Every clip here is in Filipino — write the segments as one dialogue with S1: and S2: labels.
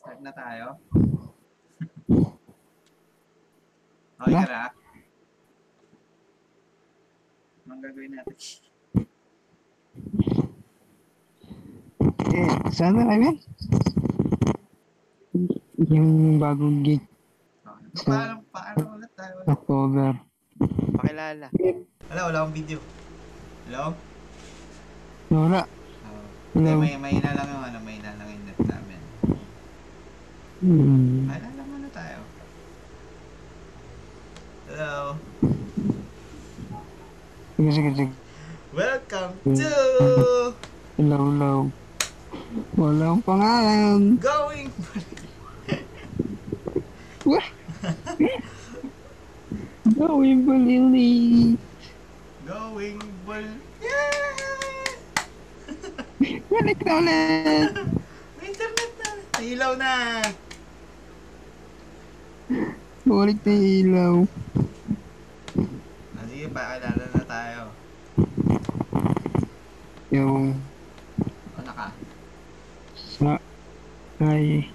S1: Start na tayo. okay ka na? Anong gagawin natin?
S2: Eh, sana na yan. Yung bagong gig
S1: Okay. Ano? Paano, paano ulit tayo?
S2: Oh. October.
S3: Pakilala.
S1: Wala, wala akong video. Hello?
S2: Wala.
S1: Oh.
S2: Hello.
S1: May, may ina lang yung ano, may ina lang yung net namin.
S2: Hmm.
S1: Ay, alam na tayo. Hello.
S2: Sige, sige, sige.
S1: Welcome to
S2: Hello, hello. Walang pangalan.
S1: Going
S2: Wah! Gawin ba lili?
S1: Going Bull. Yeah!
S2: Balik na ulit!
S1: May internet na. May ilaw na.
S2: Balik na yung ilaw.
S1: Ah, sige, pakilala na tayo.
S2: Yung
S1: Ano ka?
S2: sa... Ay...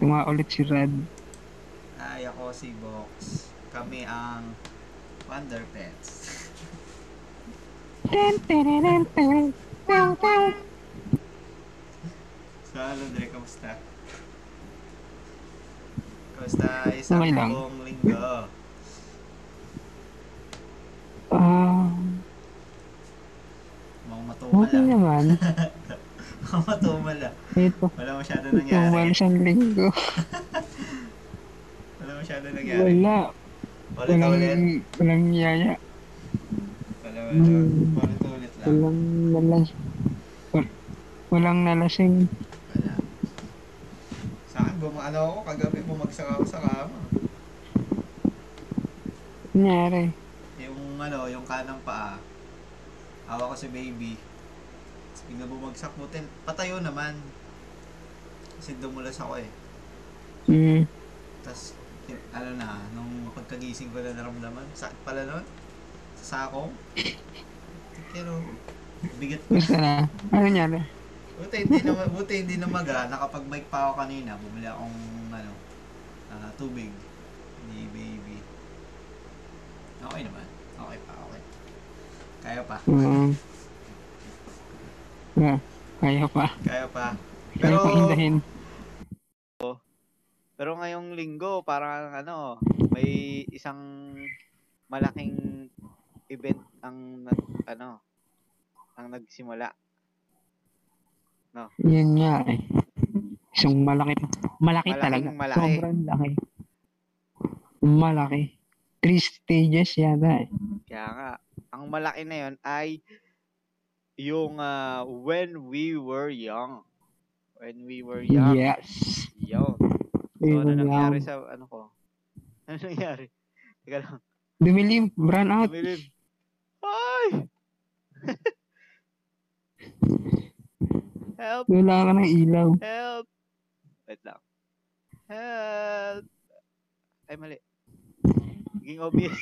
S2: Tunga ulit si Rad.
S1: Ay, ako si Box. Kami ang Wonder Pets. So, hello, Dre. Kamusta? Kamusta? Isang
S2: Okay lang.
S1: buong linggo.
S2: Ah...
S1: Mga
S2: Okay
S1: matumala.
S2: naman.
S1: Mga matumala.
S2: Ito.
S1: Wala masyado
S2: Tumal
S1: nangyari.
S2: siyang linggo.
S1: Wala masyado nangyari.
S2: Wala.
S1: Ulit, ulit.
S2: Walang, walang yaya.
S1: Wala, wala.
S2: Hmm.
S1: Ulit, ulit lang.
S2: Walang nalas. wal- Walang nalasing.
S1: Wala. Sa akin, bum- ano ako, kagabi bumagsak ako sa kama.
S2: Ano Nangyari.
S1: Yung ano, yung kanang paa. Awa ko si baby. Tapos bigla bumagsak mo, ten, patayo naman. Kasi dumulas ako eh.
S2: Mm.
S1: Tapos, yun- ano na, nung pagkagising ko na naramdaman, sakit pala nun. Sa sakong. Pero, bigat ko.
S2: Basta na. Ano nangyari?
S1: Buti hindi na, buti hindi na maga. Nakapag-bike pa ako kanina. Bumili akong, ano, ah, tubig ni baby. Okay naman. Okay pa, okay. Kaya pa.
S2: Oo. Ah, kaya pa.
S1: Kaya pa.
S2: Kaya
S1: Pero,
S2: pa hindahin.
S3: Pero ngayong linggo, parang ano, may isang malaking event ang nag- ano, ang nagsimula.
S2: Yun nga eh. Isang malaki. Malaki
S3: Malaking
S2: talaga.
S3: malaki.
S2: Sobrang laki. Malaki. Three stages yata eh.
S3: Kaya nga, ang malaki na yon ay yung ah, When We Were Young. When We Were Young.
S2: Yes.
S3: Yun. So, ano
S2: Ayun
S3: nangyari
S2: lang.
S3: sa ano ko? Ano nangyari? Teka lang.
S2: Dumilim. Run out.
S3: Tumilim. Ay! Help!
S2: Wala ka ng ilaw.
S3: Help! Wait lang. Help! Ay, mali. Naging obvious.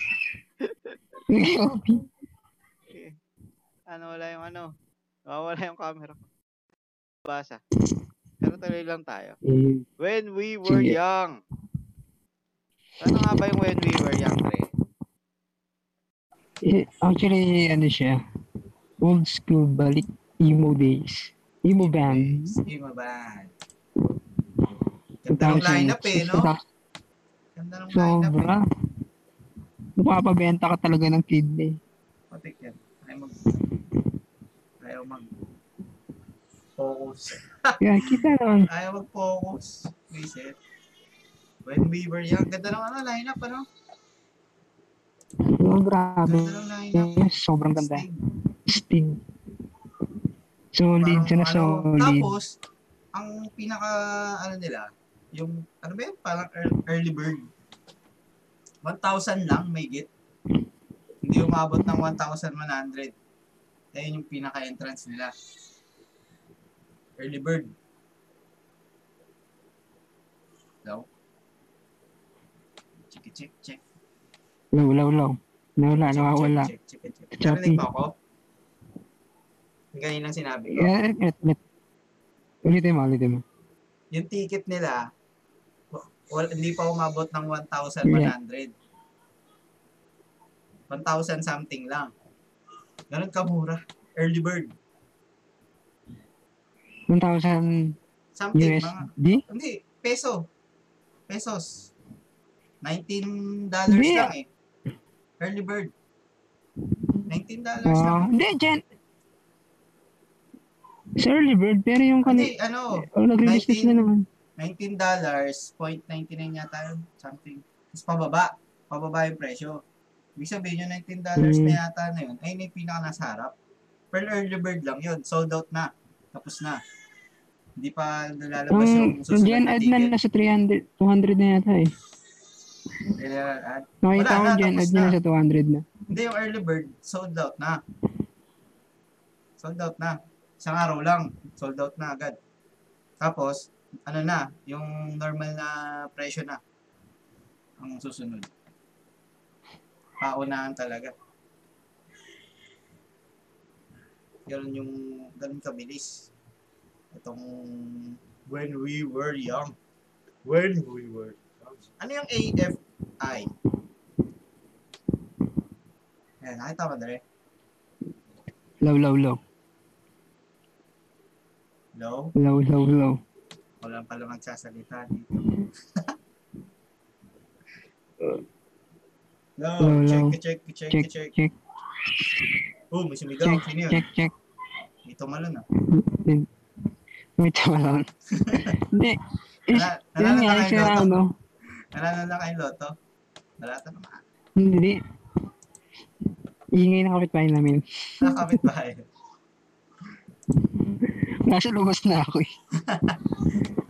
S3: Ano, wala yung ano. Nawawala yung camera ko. Basa. Pero tuloy lang tayo.
S2: Eh,
S3: When we were
S2: Sige.
S3: young. Ano nga ba yung when we were young, Dre?
S2: eh, actually, ano siya, old school balik emo days. Emo band.
S1: Sige, mabad. Ganda ng
S2: Parang siyang
S1: lineup eh, no?
S2: sa-
S1: Ganda ng lineup eh.
S2: Sobra. Napapabenta ka talaga ng kidney.
S1: Patik yan. Ayaw mag... Ayaw mag... Focus.
S2: Kaya kita naman.
S1: Ayaw mag-focus. Reset. When we were young. Ganda ng ano, lineup, ano?
S2: Oh, grabe.
S1: Ganda ng lineup.
S2: Sobrang ganda.
S1: Sting.
S2: Sting. Solid
S1: Parang
S2: siya na
S1: ano,
S2: solid.
S1: Tapos, ang pinaka, ano nila, yung, ano ba yun, parang ear- early bird. 1,000 lang, may git. Hindi umabot ng 1,100. Ayun yung pinaka-entrance nila. Early bird. Hello? Check, check, check.
S2: Low, low, low. Nawala,
S1: Check,
S2: nawawala.
S1: Check, check, check, check.
S2: Choppy.
S1: Narinig mo ako? Yung Kaninang sinabi ko.
S2: Eh, eh, eh, ulitin mo, ulitin mo.
S1: yung ticket nila, wa- wal, hindi pa umabot ng 1,100. 1,000 something lang. Ganun kamura. Early bird.
S2: 1,000
S1: Something, mga,
S2: USD?
S1: hindi, peso. Pesos. 19 dollars
S2: Hindi.
S1: lang eh. Early bird. 19 dollars lang.
S2: Ah, hindi, dyan. Sa early bird, pero yung
S1: Hindi,
S2: kani...
S1: ano,
S2: Oh, nag-release na
S1: 19.
S2: sila naman.
S1: 19 dollars, 0.99 yata yun, something. Tapos pababa, pababa yung presyo. Ibig sabihin yung 19 dollars na
S2: Mm.
S1: yata na yun, ayun na yung pinaka nasa harap. Pearl early bird lang yun, sold out na. Tapos na. Hindi pa nalalabas yung
S2: Ang yung
S1: susunod
S2: Gen
S1: na
S2: Ed na
S1: ticket.
S2: nasa 300, 200 na yata eh.
S1: Kailangan add. Wala
S2: Nakita ko
S1: na,
S2: Gen
S1: tapos
S2: Ed na
S1: na.
S2: nasa 200 na.
S1: Hindi, yung early bird, sold out na. Sold out na. Isang araw lang, sold out na agad. Tapos, ano na, yung normal na presyo na. Ang susunod. Paunahan talaga. Ganun yung, ganun kabilis. Itong, when we were young. When we were young. Ano yung AFI? Ayan, nakita mo dali.
S2: Low, low, low.
S1: Low.
S2: Low, low, low.
S1: Wala pala magsasalita dito. no,
S2: Low,
S1: check,
S2: low.
S1: check, check, check,
S2: Check,
S1: check.
S2: check,
S1: Oh, may sumigaw.
S2: check,
S1: Sino yun?
S2: check, check.
S1: Dito malun ah.
S2: Wait, tama lang. Hindi. Is,
S1: Nala-
S2: yun
S1: Nalala
S2: nga,
S1: na kayo
S2: siya
S1: loto?
S2: ano.
S1: Nalala na kayo loto? Nalala na naman.
S2: Hindi. Ingay na kapitbahay namin.
S1: Nakakabit bahay.
S2: Nasa lumos na ako eh.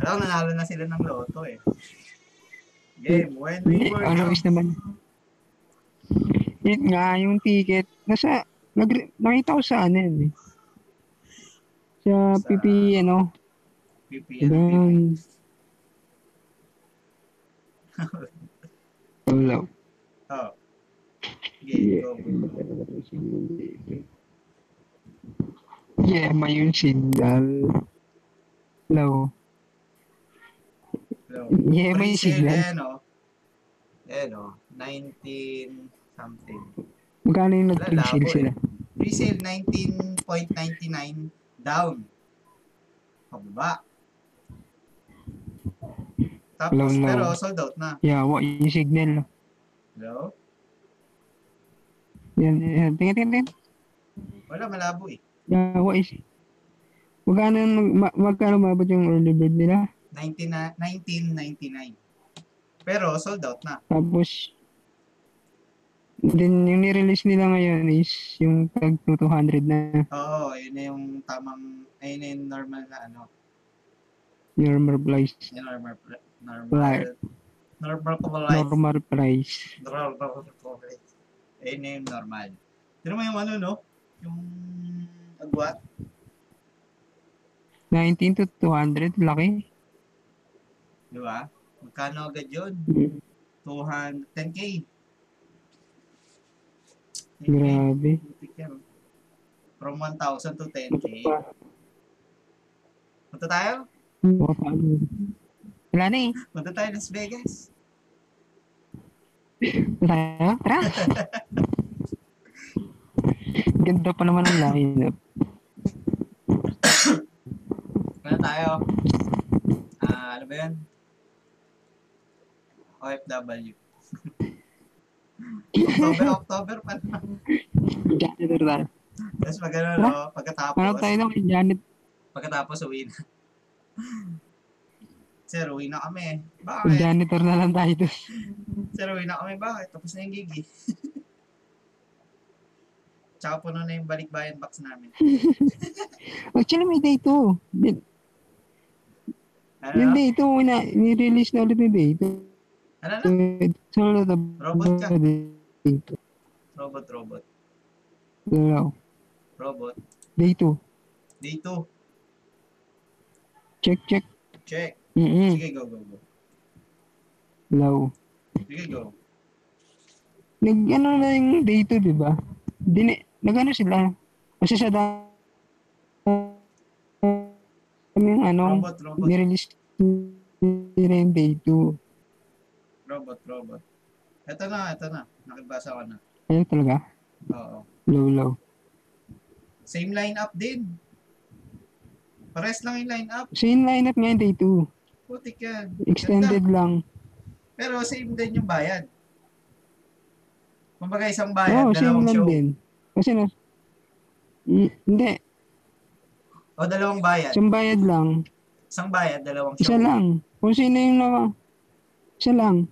S1: Alam ko, nanalo na sila ng loto eh. Game, when we
S2: Hindi,
S1: were
S2: ano
S1: young.
S2: is naman. Yun nga, yung ticket, nasa, nag, nakita ko sa ano yun eh.
S1: Sa-
S2: Sa PP, ano,
S1: PPNP.
S2: doon. Hello.
S1: Oh. Game, go, go, go.
S2: Yeah, may yung signal. Hello.
S1: Hello.
S2: Yeah, may
S1: Pre-sale,
S2: yung signal.
S1: ayan oh. Ayan oh, 19 something.
S2: Magkano yung
S1: Lalabo
S2: nag-pre-sale
S1: eh.
S2: sila?
S1: Resale 19.99 down. Pababa. Tapos,
S2: Hello, hello.
S1: pero sold out na.
S2: Yeah, what yung signal?
S1: Hello?
S2: Yan, yan. Tingnan, tingnan, tingnan.
S1: Wala, malabo eh.
S2: Yeah, what is... Magkano, yung- ma- magkano mabot yung early bird nila?
S1: 19 na- 19.99. Pero sold out na.
S2: Tapos, then yung nirelease nila ngayon is yung tag 200 na
S1: Oo, yun na yung tamang, ayun na yung normal na ano,
S2: normal price.
S1: yung normal, pla-
S2: Right.
S1: normal, normal pabalize.
S2: Normal price.
S1: Normal pabalize. Ayun na yung normal. Tinan mo yung ano, no? Yung agwat.
S2: 19 to 200, laki.
S1: Di ba? Magkano agad yun? 200, 10K. 10K.
S2: Grabe.
S1: Putik yan. From 1,000 to 10K. Punta tayo?
S2: Baka paano? Wala na eh.
S1: Punta tayo Las Vegas.
S2: Wala na. Tara. Ganda pa naman ang lineup.
S1: Punta tayo. Ah, ano ba yan? OFW. October, October pa na.
S2: Janitor tayo.
S1: Tapos pag ano, no? pagkatapos,
S2: Ano tayo ng Janet?
S1: pagkatapos uwi na. Sir, uwi na kami. Bakit?
S2: Janitor na lang tayo doon.
S1: Sir, uwi na kami. Bakit? Tapos na yung gigi. Tsaka puno na yung balikbayan box namin.
S2: Actually, may day 2. Di-
S1: Ano
S2: Yung
S1: na?
S2: day 2, na, nirelease na ulit yung day 2.
S1: Ano na?
S2: So, it's all the
S1: Robot ka.
S2: Day 2.
S1: Robot, robot.
S2: Hello.
S1: Robot.
S2: Day 2.
S1: Day 2.
S2: Check, check.
S1: Check.
S2: Mm-mm.
S1: Sige, go, go, go.
S2: Hello.
S1: Sige, go.
S2: Nag, ano na yung day 2, di ba? Dine, nag ano sila? Kasi sa dami yung ano,
S1: Robot, robot.
S2: nirelease Yun na yung day 2.
S1: Robot, robot. Ito na, ito na. Nakibasa ko na.
S2: Ayun talaga.
S1: Oo.
S2: Low, low.
S1: Same lineup din. Pares lang yung lineup.
S2: So yung lineup ngayon day 2.
S1: Putik yan.
S2: Extended lang.
S1: Pero same din yung bayad. Kumbaga isang
S2: Oo,
S1: bayad,
S2: oh, same
S1: dalawang
S2: lang
S1: show.
S2: din. Kasi na... Mm, Hindi.
S1: O dalawang bayad.
S2: Isang bayad lang.
S1: Isang bayad, dalawang
S2: Isa
S1: show.
S2: lang. Kung sino yung nawa. Isa lang.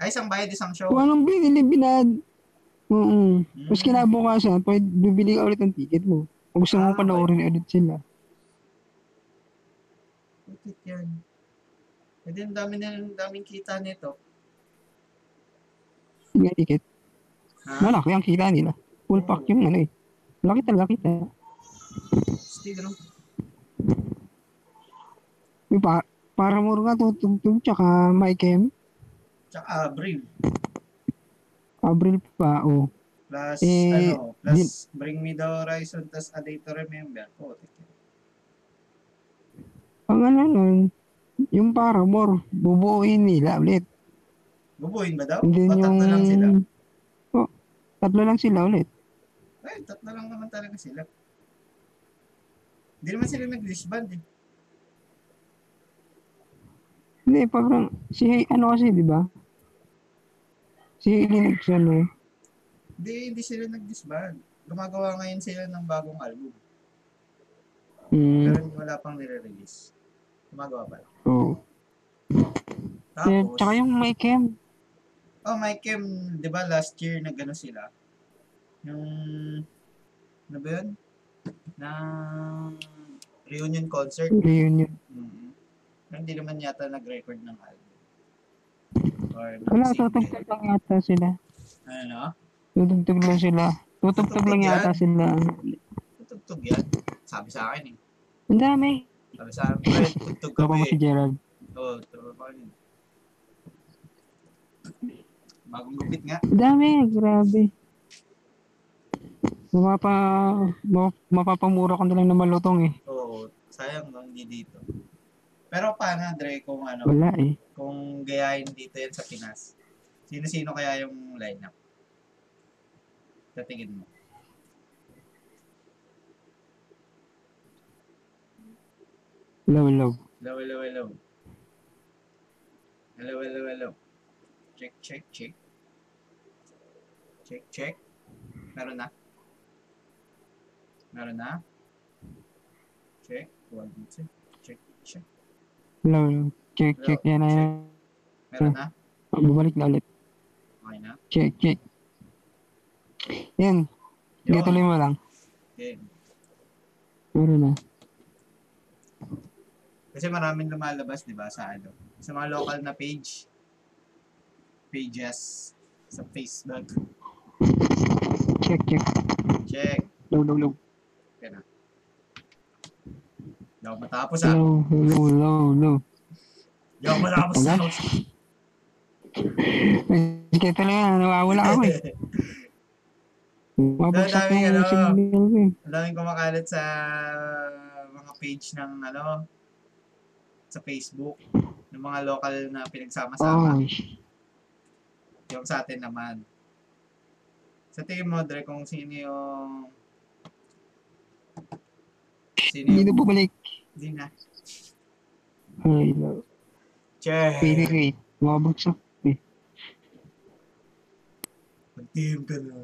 S1: Ay, isang bayad, isang show.
S2: Kung anong binili, binad. Oo. Tapos
S1: Mm.
S2: kinabukasan, pwede bibili ka ulit ng ticket mo. Kung gusto
S1: Ah,
S2: mo
S1: okay.
S2: panoorin ulit sila.
S1: Putik yan. E din, dami na yung daming kita nito.
S2: Yung ticket.
S1: Ha?
S2: Malaki ang kita nila. Full pack yung ano eh. Laki talaga kita.
S1: Still, no?
S2: Yung pa, para mo nga tutugtog tsaka Mike M.
S1: Tsaka ah, Brave.
S2: Abril pa, oh.
S1: Plus,
S2: Eh,
S1: ano, plus Bring Me The Horizon, tas A Day To Remember. Oh, Putik yan.
S2: Ang ano nun, yung Paramore, bubuuin nila ulit.
S1: Bubuin ba daw?
S2: And
S1: O
S2: then yung...
S1: tatlo lang sila?
S2: Oh, tatlo lang sila ulit.
S1: Ay, tatlo lang naman talaga sila. Hindi naman sila nag-disband eh.
S2: Hindi, parang si ano kasi, di ba? Si Hailey Nixon, eh.
S1: Hindi, hindi sila nag-disband. Gumagawa ngayon sila ng bagong album.
S2: Mm, Hmm.
S1: Pero wala pang nire-release. Gumagawa pa lang.
S2: oh. Eh,
S1: Tapos,
S2: tsaka yung Mike M.
S1: oh, my Kim, di ba last year nagano sila? Yung, ano ba yun? Na reunion concert.
S2: Reunion.
S1: mm Hindi naman yata nag-record ng album. Or ng
S2: Wala, tutugtog
S1: single.
S2: lang yata sila.
S1: Ano?
S2: Tutugtog lang sila. Tutugtog lang yata sila.
S1: Tutugtog yan. Sabi sa akin eh.
S2: Ang dami.
S1: Sabi sa akin, "Pre, tutugtog
S2: Kaba
S1: kami eh."
S2: mo
S1: Oh,
S2: si Gerald.
S1: Oo, tama pa rin. Bagong gupit nga.
S2: Ang dami, grabe. Mapapa, ma- mapapamura ko na lang na malutong eh.
S1: Oo, Oh, sayang no, hindi dito. Pero paano, Dre, kung ano,
S2: Wala eh.
S1: kung gayahin dito yan sa Pinas? Sino-sino kaya yung lineup? Tatingin mo.
S2: Low, low.
S1: Hello, hello, hello. Hello, hello, hello. Check, check, check. Check, check. Meron na. Meron na. Check. One, two, check, check.
S2: Low, low. Check, check. Yan na yan.
S1: Meron na.
S2: Bumalik na ulit.
S1: Okay na.
S2: Check, check. Yan. Sige,
S1: Yun.
S2: tuloy mo lang.
S1: Okay.
S2: Meron na.
S1: Kasi maraming lumalabas, di ba, sa ano? Sa mga local na page. Pages. Sa Facebook.
S2: Check, check.
S1: Check.
S2: Low, low, low.
S1: Hindi ako matapos ah.
S2: Low, low, low, low.
S1: Hindi ako matapos
S2: Wala.
S1: ah.
S2: Sige, talaga. Nawawala ako eh.
S1: Dadami,
S2: Mabuksak na yung
S1: ano.
S2: signal ko eh.
S1: Ang daming kumakalat sa mga page ng ano sa Facebook ng mga local na
S2: Oh,
S1: pinagsama-sama. Yung sa atin naman. Sa tingin mo, Dre, kung sino yung sino
S2: hindi
S1: yung
S2: na bumalik.
S1: hindi na.
S2: Ay, low. Wait, wait,
S1: Che,
S2: wait. Mabuksak.
S1: mag-team ka na.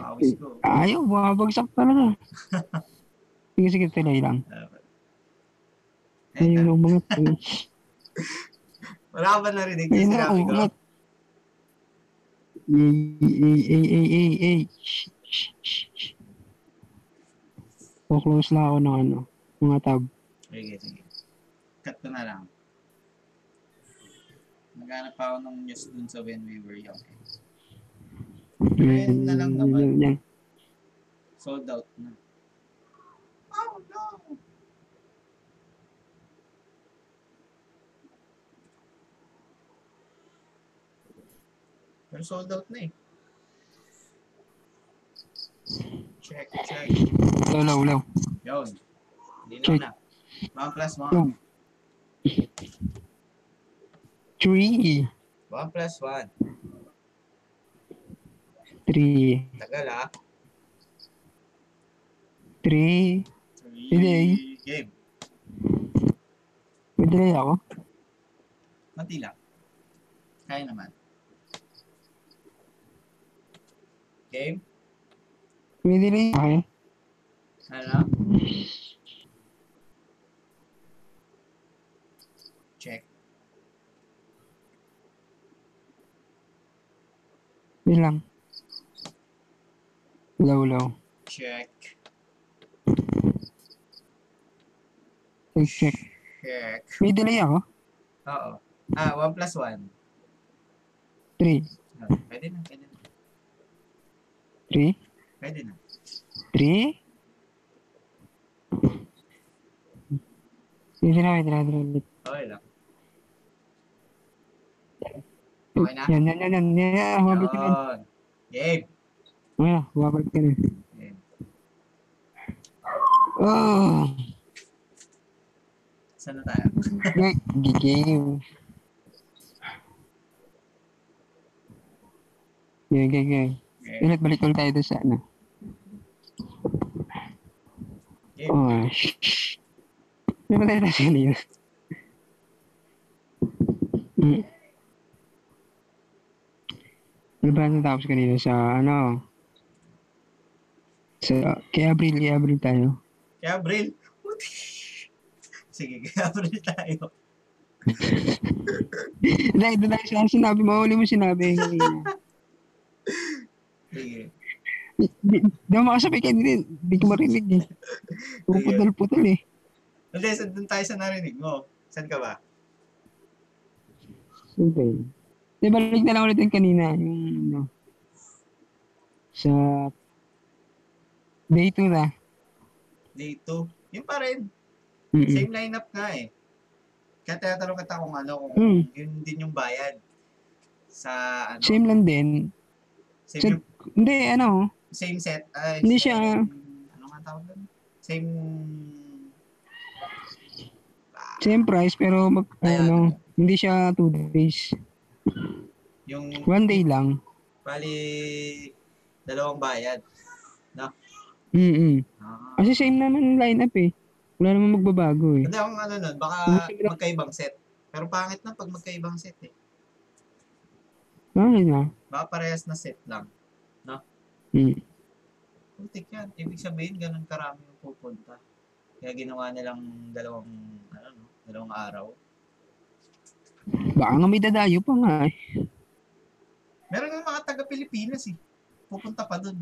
S1: Pawis ko.
S2: Ayaw, mabagsak talaga. sige, sige, tuloy lang.
S1: Eh,
S2: Ayun ang mga tuloy.
S1: wala ka ba narinig
S2: Ayun
S1: yung
S2: na,
S1: sinabi ko?
S2: ulat. Ay, ay, ay, ay, ay, ay. Shh, shh, shh, shh. Kuklose lang ako ng ano, mga tab.
S1: Sige, sige. Cut ko na lang. Naghanap pa ako ng news dun sa when we were young. Ayun na lang naman.
S2: Yan, yan.
S1: Sold out na. Oh no! Pero sold out na eh. Check, check.
S2: Low, low, low.
S1: Yun. Linaw na. One plus one.
S2: Two. Three.
S1: One plus one.
S2: Three.
S1: Tagal ah.
S2: Three.
S1: Three. Game.
S2: Madali ako.
S1: Mati lang. Kaya naman. Game?
S2: Madali. Okay.
S1: Ano? Check.
S2: Yun lang. Low, low.
S1: Check.
S2: Check, check. ya,
S1: Check.
S2: May delay ako.
S1: Oo. Ah, one plus one.
S2: Three.
S1: Ah, Pwede na, pwede na.
S2: Three.
S1: Pwede na.
S2: Three. Wait na, wait na, wait na, wait.
S1: Okay lang.
S2: na.
S1: Okay na?
S2: Yan, yan, yan, yan, yan, yan, humabot ka na.
S1: Yun. Game.
S2: Wala, humabot ka na.
S1: Game.
S2: Oh,
S1: Saan na tayo?
S2: wait, game. Game, game, game.
S1: Game.
S2: Ulit balik ulit tayo doon sa ano.
S1: Game.
S2: Oh, shh. May matay tayo sa kanina. Mm. Ano ba ang natapos kanina sa ano? Sa, kay Abril, kay Abril tayo.
S1: Kaya Abril. Sige, kaya Abril tayo.
S2: Dahil doon tayo sa sinabi mo, huli mo sinabi kanina.
S1: Sige.
S2: Hindi mo makasabi kanina, hindi ko marinig eh. Puro
S1: Sige.
S2: putol-putol eh.
S1: Hindi, saan dun tayo sa narinig mo? Saan ka ba?
S2: Okay. Di balik na lang ulit yung kanina, yung ano, sa day 2 na.
S1: Day 2. Yun pa rin.
S2: Mm-mm.
S1: Same lineup nga eh. Kaya tinatanong kita kung ano, kung
S2: Mm.
S1: yun din yung bayad. Sa ano,
S2: Same lang din.
S1: same,
S2: same-
S1: yung-
S2: Hindi, ano,
S1: same set. ah,
S2: Hindi
S1: same-
S2: siya-
S1: Ano nga tawag doon? Same...
S2: same price pero mag,
S1: Ayan.
S2: ano, hindi siya 2 days.
S1: Yung,
S2: One day lang.
S1: bali, dalawang bayad.
S2: Mm-mm.
S1: Ah.
S2: Kasi same naman yung lineup eh. Wala namang magbabago eh.
S1: Hindi akong ano nun, baka
S2: Gusto ko lang-
S1: magkaibang set. Pero pangit na pag magkaibang set eh.
S2: Ano na?
S1: Baka parehas na set lang.
S2: Mm.
S1: Putik yan. Ibig sabihin, ganun karami yung pupunta. Kaya ginawa nilang dalawang, ano, no? dalawang araw.
S2: Baka nga may dadayo pa nga eh.
S1: Meron nga mga taga-Pilipinas eh. Pupunta pa dun.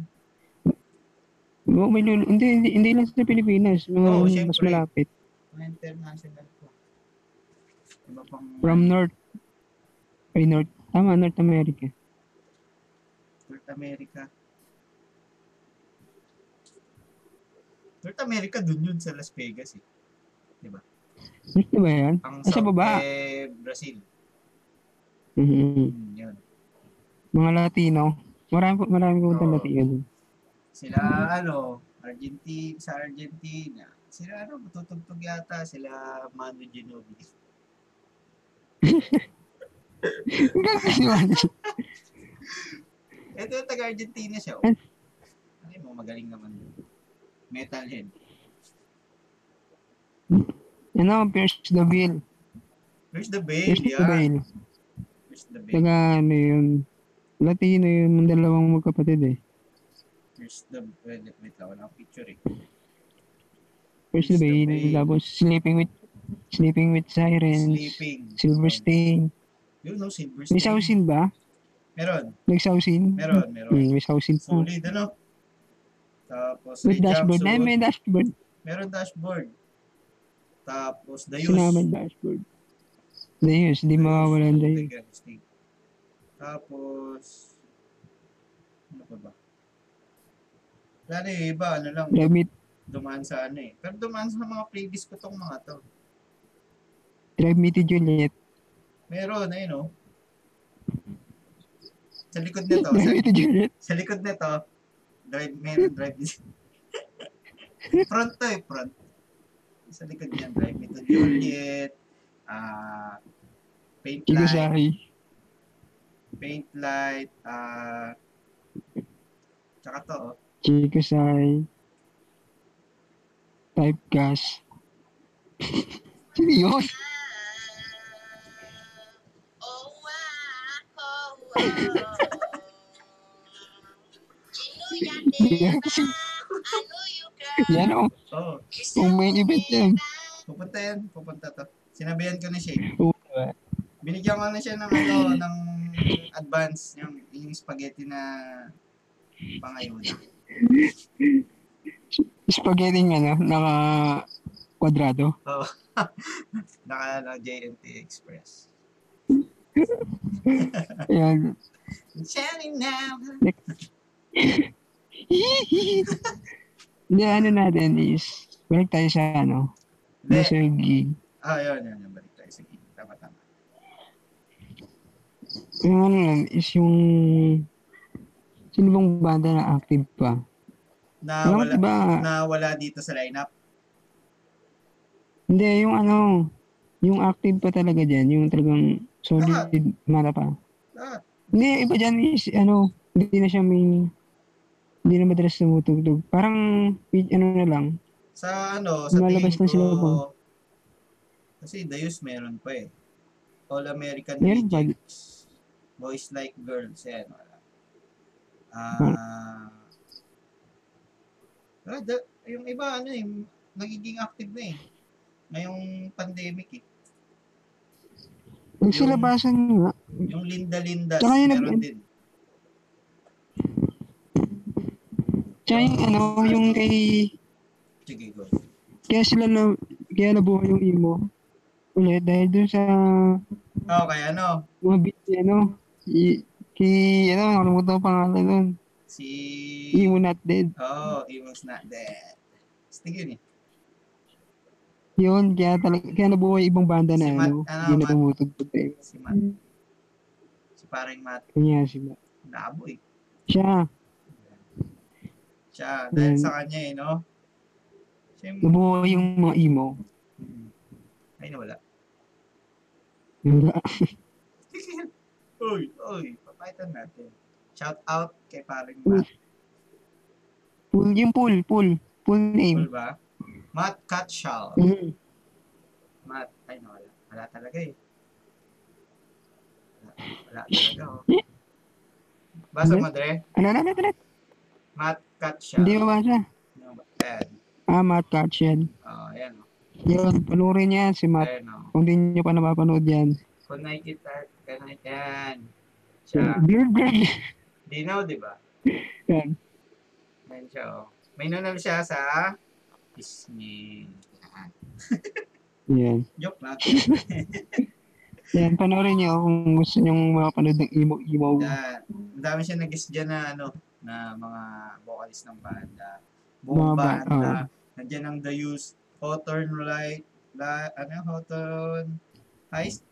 S2: Oo, may lulu- hindi, hindi, hindi lang sa Pilipinas. Mga
S1: Oo,
S2: mas
S1: syempre.
S2: malapit.
S1: Mga international po. Iba pang...
S2: From North. Ay, North. Tama, North America.
S1: North America. North America dun yun sa Las Vegas eh.
S2: Gusto ba yan?
S1: Ang
S2: Ah, sa baba.
S1: eh, Brazil.
S2: Mhm.
S1: Hmm, yun.
S2: Mga Latino. Marami po, marami po
S1: Oo.
S2: Latino dun.
S1: Sila ano, Argentina, sa Argentina. Sila ano, matutugtog yata sila Manu Ginobili.
S2: Ang galing si Juan.
S1: Ito yung taga-Argentina siya. Oh.
S2: An-
S1: Ano mo, magaling naman. yun. Metalhead.
S2: Ano, Pierce the Veil.
S1: Where's the Bale?
S2: Pierce the
S1: Yeah.
S2: Veil.
S1: Where's the Bale?
S2: Taga ano yun. Latino yun, yung dalawang magkapatid eh.
S1: Where's the Wait, wait lang, wala akong picture eh.
S2: Pierce the
S1: Pierce the
S2: Veil.
S1: Veil.
S2: Tapos Sleeping with Sleeping with Sirens.
S1: Sleeping.
S2: Silverstein.
S1: You know, Silverstein.
S2: May sausin ba?
S1: Meron,
S2: Nagsausin?
S1: meron, meron.
S2: Hmm, may sausin pa.
S1: Solid, ano? Tapos,
S2: With dashboard. Ay,
S1: jumpsuit.
S2: may dashboard.
S1: Meron dashboard. Tapos, the
S2: Sinama yung dashboard. Dayus, di mawawala ang Dayus.
S1: Tiger State. Tapos, ano pa ba? Lalo yung iba, ano lang,
S2: Dramit,
S1: dumaan sa ano eh. Pero dumaan sa mga previous ko tong mga to.
S2: Drive Me to Juliet.
S1: Meron, ayun oh. Sa likod nito,
S2: Drive
S1: sa,
S2: Me to Juliet.
S1: sa likod nito, drive, meron drive. front to eh, front. sa likod niyan, Drive Me to Juliet, ah, Paint Light,
S2: Kikusari.
S1: Paint Light, ah, tsaka to, oh,
S2: Kikusari. Type gas. Sino yun? Yan. Yan o.
S1: oh,
S2: Kung main event yan.
S1: pupunta yan, pupunta to. Sinabihan ko na siya. eh.
S2: Oo, diba?
S1: Binigyan ko na siya ng ano, ng advance, yung, yung spaghetti na pangayuna.
S2: Spaghetti nga na, naka kwadrado.
S1: Oh. Naka ano, JNT Express.
S2: Ayan.
S1: Sharing now.
S2: Hindi, ano natin is, balik tayo sa ano,
S1: Hindi.
S2: sa gig.
S1: Ah, yun, yun, yun. Balik tayo. Sige, tama, tama.
S2: Yung ano lang, is yung, sino bang banda na active pa?
S1: Na
S2: Alam mo,
S1: wala,
S2: diba?
S1: na wala dito sa lineup.
S2: Hindi, yung ano, yung active pa talaga dyan, yung talagang solid mana pa.
S1: Ah,
S2: Hindi, yung iba dyan is, ano, hindi na siya may, hindi na madalas tumutugtog. Parang, ano na lang,
S1: sa ano, sa
S2: Lumalabas
S1: tingin
S2: na sila
S1: ko,
S2: po.
S1: kasi Dayus meron pa eh. All American
S2: Meron ba?
S1: Rejects. Boys Like Girls, yan, wala. Ah, wala, da- yung iba, ano eh, nagiging active na eh. Ngayong pandemic eh.
S2: nagsilabasan nga.
S1: Yung Linda Linda,
S2: Tsaka eh, yung nag-
S1: meron din.
S2: Tsaka yung, ano, yung kay,
S1: Sige, go.
S2: kaya sila na, kaya nabuhay yung emo ulit dahil dun sa
S1: Okay, ano,
S2: mga beat niya, ano, i, kay, ano, nakalimutan ko ang pangalan nun,
S1: si...
S2: emo not dead.
S1: Oh, Emo's not dead. Stig yun eh.
S2: Yun, kaya talaga, kaya nabuhay yung ibang banda na,
S1: Si Matt,
S2: ano,
S1: ano,
S2: hindi na
S1: Matt.
S2: tumutugtog Eh, na yun.
S1: Si Matt. Si paring Matt.
S2: Kanya si Matt.
S1: Labo eh.
S2: Siya,
S1: Siya, dahil
S2: Mm.
S1: sa kanya eh, no? Siya yung...
S2: nabuhay yung mga emo.
S1: Mm. Ay, nawala.
S2: Yung-
S1: Uy, uy, papaitan natin. Shout out kay paring Matt.
S2: Full, yung full, full, full name.
S1: Cool ba? Matt Cutshall.
S2: Mhm.
S1: Matt, ay, nawala. Wala talaga eh. Wala, wala talaga oh. Basa mo, Dre.
S2: Ano, ano, ano, ano,
S1: Matt Cutshall.
S2: hindi ko basa.
S1: Ano ba? Ayan.
S2: Ah, Matt Couch yan.
S1: Oh, ayan. oh.
S2: Yun, panurin niya si Matt.
S1: Ayan, oh.
S2: Kung di nyo pa napapanood yan.
S1: Kung nakikita ka na yan. Siya.
S2: Blurred, blurred.
S1: Dinaw, di ba?
S2: Yan.
S1: Yan siya, oh. May nunal siya sa Disney.
S2: Yan.
S1: Joke lang.
S2: Yan, panoorin niyo kung gusto niyong makapanood ng emo-emo.
S1: Yan. Ang dami siya nag dyan na, ano, na mga vocalist ng banda.
S2: Mga
S1: Buong
S2: ba- ah.
S1: banda. Nandyan ang The Use. Hawthorne Light. La, ano, Hawthorne. Heist?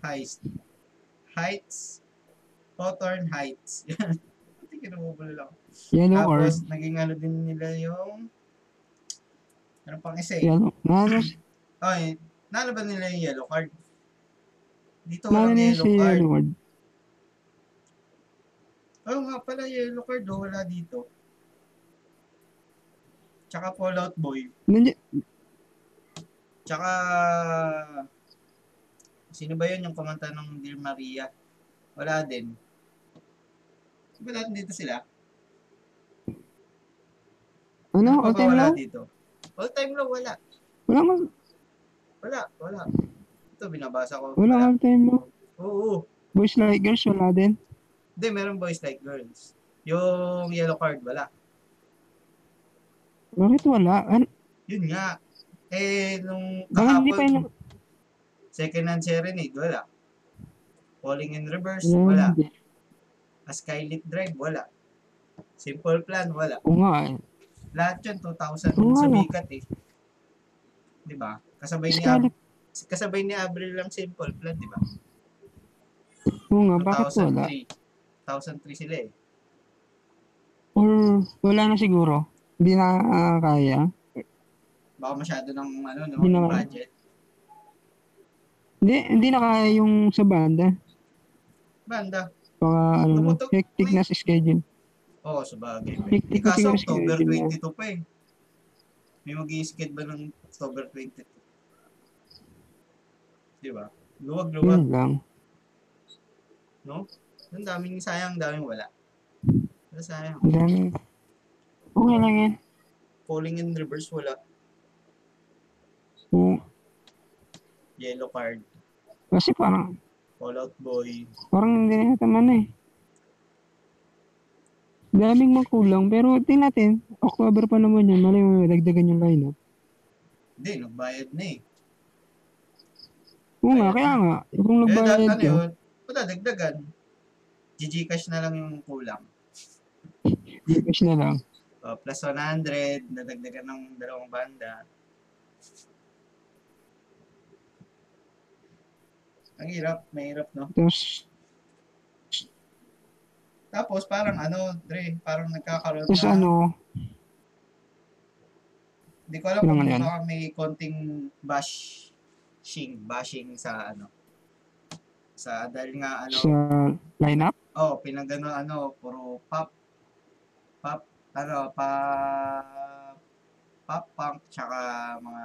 S1: Heist. Heights. Hawthorne Heights. Yan. Hindi kinabubulol ako.
S2: Yellow or...
S1: Tapos, naging ano din nila yung... Ano pang isa eh?
S2: Yellow. Nanos,
S1: Ay, nalo ba nila yung yellow card? Dito walang
S2: nanos
S1: yellow
S2: si
S1: card.
S2: Yellow Ward.
S1: Oo nga pala, yellow card. Oh, wala dito. Tsaka Fallout Boy.
S2: Nandiyan,
S1: Tsaka... Sino ba yun yung kumanta ng Dear Maria? Wala din. Wala din dito sila.
S2: ano,
S1: Ano pa ba
S2: all time
S1: wala
S2: low?
S1: dito? All time low, wala.
S2: Wala nga,
S1: Wala, wala. Ito, binabasa ko.
S2: wala all time low.
S1: Oo, oo.
S2: Boys like girls, wala din.
S1: Hindi, meron boys like girls. Yung yellow card, wala.
S2: Bakit wala? Ano,
S1: Yun nga. Eh, nung
S2: bakit hindi pa yun?
S1: kahapon, second hand serenade, wala. Falling in reverse,
S2: Ayan,
S1: wala.
S2: hindi.
S1: A skylit drive, wala. Simple plan, wala.
S2: Oo nga, eh.
S1: Lahat yun, 2,000
S2: Wala.
S1: sumikat eh. Di ba? Kasabay ni Ab-
S2: Scarlet.
S1: kasabay ni Avril lang simple plan, diba? di ba?
S2: Oo nga, Ah, bakit wala?
S1: 2003. 2003 sila eh.
S2: Or wala na siguro. Hindi na ah, kaya.
S1: Baka masyado ng ano, no?
S2: Hindi naman.
S1: budget.
S2: Hindi, hindi na kaya yung sa banda.
S1: Banda.
S2: Baka ano, na,
S1: Tumutok-
S2: hectic na sa schedule.
S1: Oo, oh, sabagay.
S2: Hectic
S1: Eh,
S2: na
S1: kaso
S2: siguro sa
S1: October
S2: schedule niya.
S1: 22 pa eh. May mag skate ba ng October 22? Di ba? Luwag-luwag,
S2: Yun lang.
S1: no?
S2: Hmm.
S1: Ang daming sayang, ang daming wala. Pero sayang.
S2: Ang dami. Okay lang yan.
S1: Falling in reverse, wala.
S2: Oo.
S1: Yellow card.
S2: Kasi parang,
S1: Fallout Boy.
S2: parang hindi na tama na eh. Daming magkulang, pero tingnan natin, October pa naman yun, malay mo, dagdagan yung lineup.
S1: Hindi, nagbayad na eh.
S2: Oo nga,
S1: Ayan.
S2: kaya nga, kung
S1: Kaya dahil
S2: nagbayad
S1: ano
S2: ka,
S1: yun, wala, dagdagan. GG cash na lang yung kulang.
S2: cash na lang.
S1: Uh, plus 100, nadagdagan ng dalawang banda. Ang hirap, mahirap, no?
S2: Tapos,
S1: Tapos parang ano, Dre, parang nagkakaroon
S2: tapos
S1: na,
S2: ano,
S1: hindi ko alam
S2: Ano
S1: kung
S2: nga yan?
S1: baka may konting bashing, bashing sa ano, sa dahil nga ano,
S2: sa lineup,
S1: Oh, pinagano ano, puro pop pop ano pa pop punk tsaka mga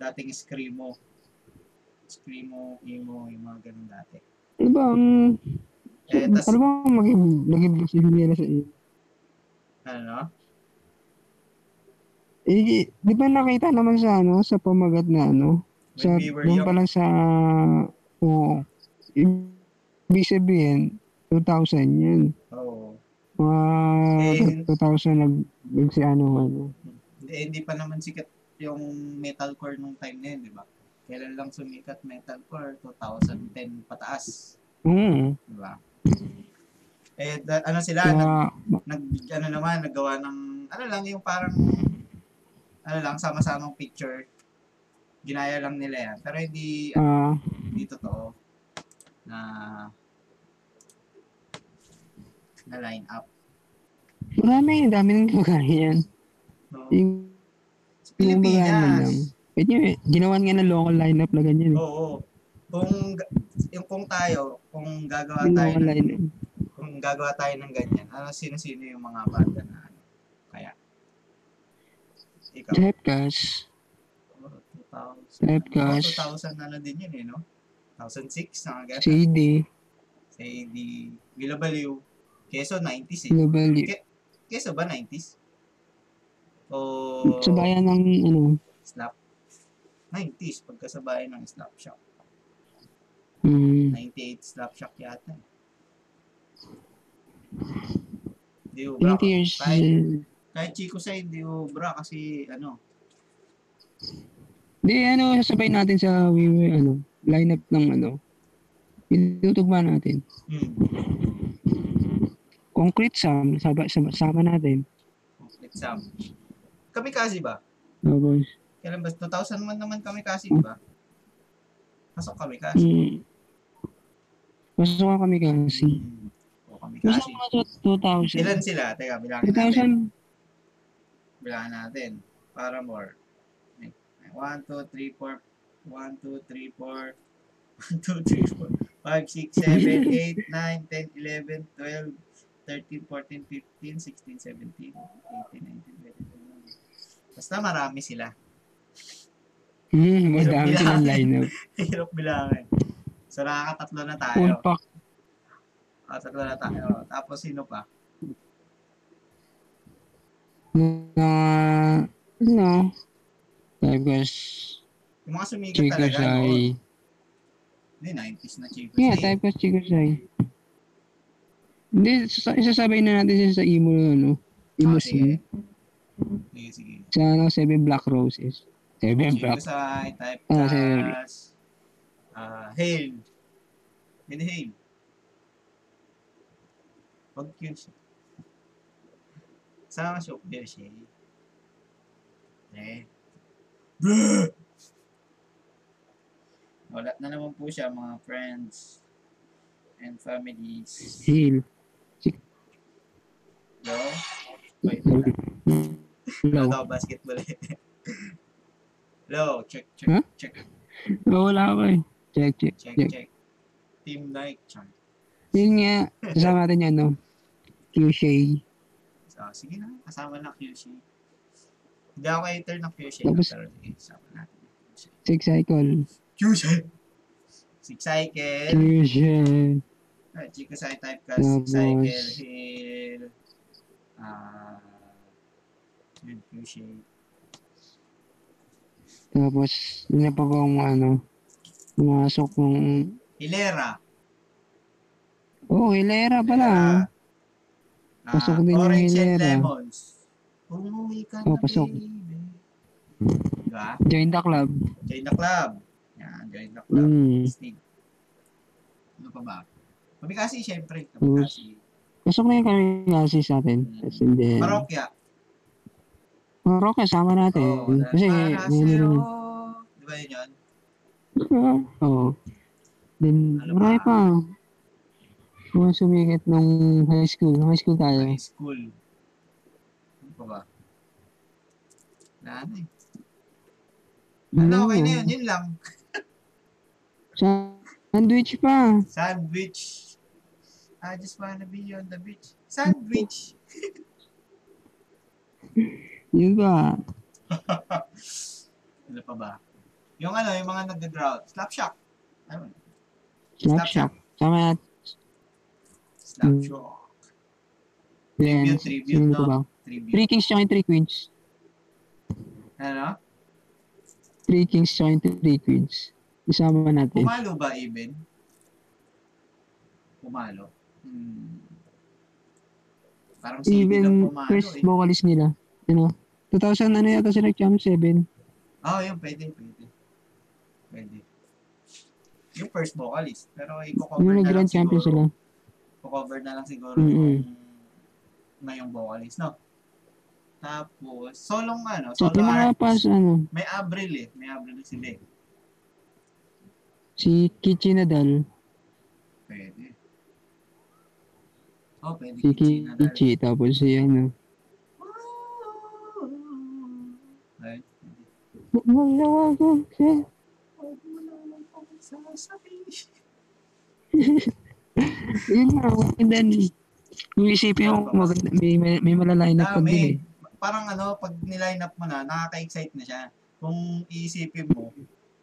S1: dating screamo. Screamo, emo, yung mga ganun dati.
S2: ano ba, ang,
S1: Eh, tas,
S2: ano ba, ang maging, maging si Juliana sa iyo?
S1: ano,
S2: Eh, di ba nakita naman sa ano, sa pamagat na ano,
S1: when
S2: sa,
S1: we were
S2: doon
S1: young,
S2: pa lang sa, oo, ibig sabihin, 2,000 yun.
S1: oh,
S2: Mga
S1: Eh,
S2: 2,000 nag, nag si ano, ano.
S1: hindi, hindi pa naman sikat yung metalcore nung time na yun, di ba? Kailan lang sumikat metalcore? 2010 pataas,
S2: Mm.
S1: di ba? Eh, da- ano sila, nag-
S2: Kaya,
S1: nag ano naman naggawa ng ano lang yung parang ano lang sama-samang picture ginaya lang nila yan pero hindi
S2: ah,
S1: hindi totoo na na line up
S2: marami, dami ng gagawin yan.
S1: no?
S2: Yung,
S1: Sa
S2: yung mga ano
S1: Pilipinas
S2: lang. Yun yun, eh, ginawan nga ng local lineup na ganyan. Eh.
S1: oo kung ga- yung kung tayo kung gagawa
S2: Yung
S1: tayo
S2: local
S1: ng,
S2: lineup.
S1: kung gagawa tayo ng ganyan ano sino-sino yung mga banda na ano kaya ikaw
S2: Typecast.
S1: 2000.
S2: Typecast.
S1: 2000 ano din yun eh, no? 2006, na nga Eh, Say
S2: CD,
S1: the Bilabaliw. Keso 90s eh.
S2: global,
S1: Keso ba 90s? O
S2: sa bayan ng, ano,
S1: Snap? 90s, pagkasabay ng Snap Shop.
S2: mm,
S1: 98 Snap Shop yata. eh. Hindi ubra.
S2: 20 years,
S1: Kahit,
S2: eh,
S1: kahit Chico sa hindi ubra kasi ano,
S2: Di ano, sasabay natin sa we, we- ano, lineup ng ano. Itutugma natin.
S1: hmm,
S2: Concrete Sam, saba, sama, sama natin.
S1: complete sum. Kami kasi ba?
S2: Tapos,
S1: Kailan ba? 2001 naman kami kasi, di ba? Pasok kami kasi.
S2: mm, pasok ka kami kasi.
S1: Hmm. O kami
S2: Pasok
S1: kasi.
S2: mga two- 2000.
S1: Ilan sila? Teka, bilangin natin.
S2: 2000,
S1: Bilangin natin. Para more. 1, 2, 3, 4. 1, 2, 3, 4. 1, 2, 3, 4. 5, 6, 7, 8, 9, 10, 11, 12, 13, 14, 15, 16, 17, 18, 19, 20, 21. Basta marami sila.
S2: hmm, madami
S1: Ilan?
S2: silang lineup.
S1: Hirap bilangin. So nakakatatlo na tayo.
S2: Full pack.
S1: Nakakatatlo na tayo. Tapos sino pa?
S2: Na, ano, tapos,
S1: Yung mga sumikat
S2: Chico
S1: talaga. no?
S2: Sai.
S1: Hindi, 90s na eh. Chico
S2: eh. Yeah,
S1: Sai.
S2: tapos Chico Sai. Hindi, sasa- isasabay na natin siya sa emo, ano, emo eh.
S1: Ah, sige.
S2: scene.
S1: Sige, sige.
S2: sa ano, Seven Black Roses. Seven
S1: Chico
S2: Black.
S1: Sai, type
S2: Ah, sige.
S1: class. Ah, hail. Hindi hail. Huwag yun siya. Sama siya, huwag yun siya. Eh. Bruh! Wala na naman po siya mga friends and families.
S2: Hill.
S1: Hello? Wait,
S2: Low.
S1: Ano daw, basketball eh. Hello, check, check,
S2: Huh?
S1: check,
S2: Wala ako eh. Check, check,
S1: check,
S2: check.
S1: check. Team Nike, chunk.
S2: Yun nga, kasama natin yan, no? QC.
S1: So, Ah, sige na, kasama na QC. Hindi ako hater ng QC,
S2: Tapos-
S1: pero sige, kasama natin. ng QC.
S2: Six cycle.
S1: QC! Six cycle.
S2: QC.
S1: Ah, Chico sa type ka,
S2: Yeah,
S1: six cycle,
S2: boss.
S1: hill. Ah, yun, QC.
S2: Tapos, yun na pa kung ano, pumasok ng...
S1: Hilera.
S2: Oh, Hilera pala. ah.
S1: Ah,
S2: Pasok din yung
S1: Nah, orange and
S2: Hilera.
S1: lemons. Umuwi ka na,
S2: Oh, pasok.
S1: baby. Diba?
S2: Join the club.
S1: Join the club. Yan, join the club.
S2: Mm.
S1: Steve. Ano pa ba? Kamikasi, syempre.
S2: Hmm.
S1: Kamikasi.
S2: Pasok na yung kami kasi sa atin. Tapos, and then...
S1: Parokya.
S2: Marok, kasama natin.
S1: Oo.
S2: kasi,
S1: para sa'yo.
S2: yun yun.
S1: Di ba yun yun?
S2: Oo. Then,
S1: Ano
S2: marami
S1: ba?
S2: pa. Mga sumikit nung high school. Nung high school tayo.
S1: High school. Ano pa ba? Wala na eh.
S2: Hmm.
S1: Ano, okay na yun. Yun lang.
S2: Sa- Sandwich pa.
S1: Sandwich. I just wanna be on the beach. Sandwich.
S2: Yun ba?
S1: ano pa ba? Yung ano, yung mga nag-drought. Slap shock. Ano?
S2: Slap shop. Sama natin.
S1: Slap
S2: Hmm.
S1: shock.
S2: Tribute,
S1: tribute, no? Tribute.
S2: Three kings tsaka yung three queens.
S1: Ano?
S2: Three kings tsaka yung three queens. Isama natin.
S1: Pumalo ba, Eben? Pumalo? Hmm. Parang si Eben lang
S2: Even
S1: pumalo
S2: first
S1: eh.
S2: vocalist nila. Ano? 2000 ano yata sila nag-champ? 7.
S1: Ah, yun, pwede, pwede. Pwede. Yung first vocalist. Pero
S2: Ano
S1: i-cover na lang
S2: nag-grand
S1: siguro.
S2: champion sila?
S1: cover na lang siguro
S2: Mm-mm.
S1: yung na yung vocalist, no? Tapos, solong ano,
S2: So,
S1: solo
S2: yung mga
S1: artist.
S2: pas, ano,
S1: May Abril eh. May Abril si Beck.
S2: si Kichi Nadal,
S1: Pwede. Oh, pwede.
S2: si
S1: Kichi
S2: Ki-
S1: na dahil-
S2: Kichi, tapos si ano,
S1: Ayun.
S2: Maglawa ko siya.
S1: Huwag mo na lang akong sasabihin.
S2: Yun nga, maganda ni. Kung isipin mo, maganda, may, may, may malalain na pag
S1: Dami.
S2: din eh.
S1: Parang ano, pag niline up mo na, nakaka-excite na siya. Kung iisipin mo,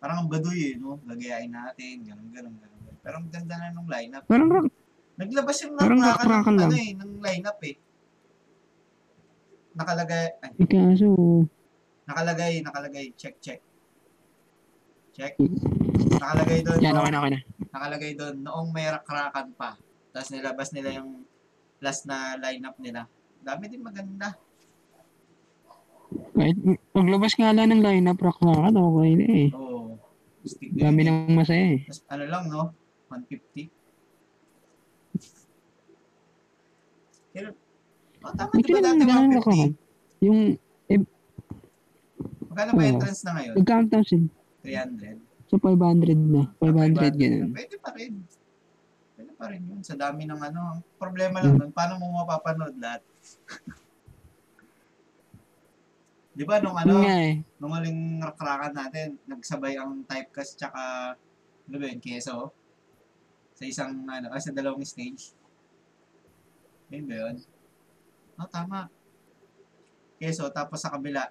S1: parang ang baduy eh, no? Lagayain natin, ganun, ganun, ganun. ganun. Pero ang ganda na nung lineup.
S2: Parang rock,
S1: Naglabas yung
S2: Parang
S1: nakraka
S2: nakrakan
S1: ng,
S2: lang.
S1: ano eh, ng lineup eh. Nakalagay, ay,
S2: eh, kaso,
S1: nakalagay, nakalagay, check, check. Check. Nakalagay doon.
S2: yan,
S1: no?
S2: okay na, okay na.
S1: nakalagay doon noong may rakrakan pa. Tapos nilabas nila yung last na lineup nila. Dami din maganda.
S2: Kahit, paglabas nga lang ng lineup, rock na ka, okay na eh.
S1: Oo. Stick
S2: Dami
S1: din.
S2: nang masaya eh.
S1: Tapos ano lang, no? 150. Pero, oh, tama, di ba
S2: Actually,
S1: dati
S2: nang lang ako. eh.
S1: 150?
S2: Yung,
S1: Magkano ba
S2: Oo.
S1: entrance na ngayon?
S2: nag-countdown sila.
S1: 300.
S2: So, 500 na. 500, ganun.
S1: Pwede pa rin. Pwede pa rin yun. Sa dami ng ano. Ang problema lang nun, paano mo mapapanood lahat? di ba nung
S2: Yun
S1: ano,
S2: nga eh.
S1: nung aling rakrakan natin, nagsabay ang typecast tsaka, ano ba yun, keso? Sa isang, ano, ah, sa dalawang stage. Yun ba yun? Oh, tama. Keso, tapos sa kabila,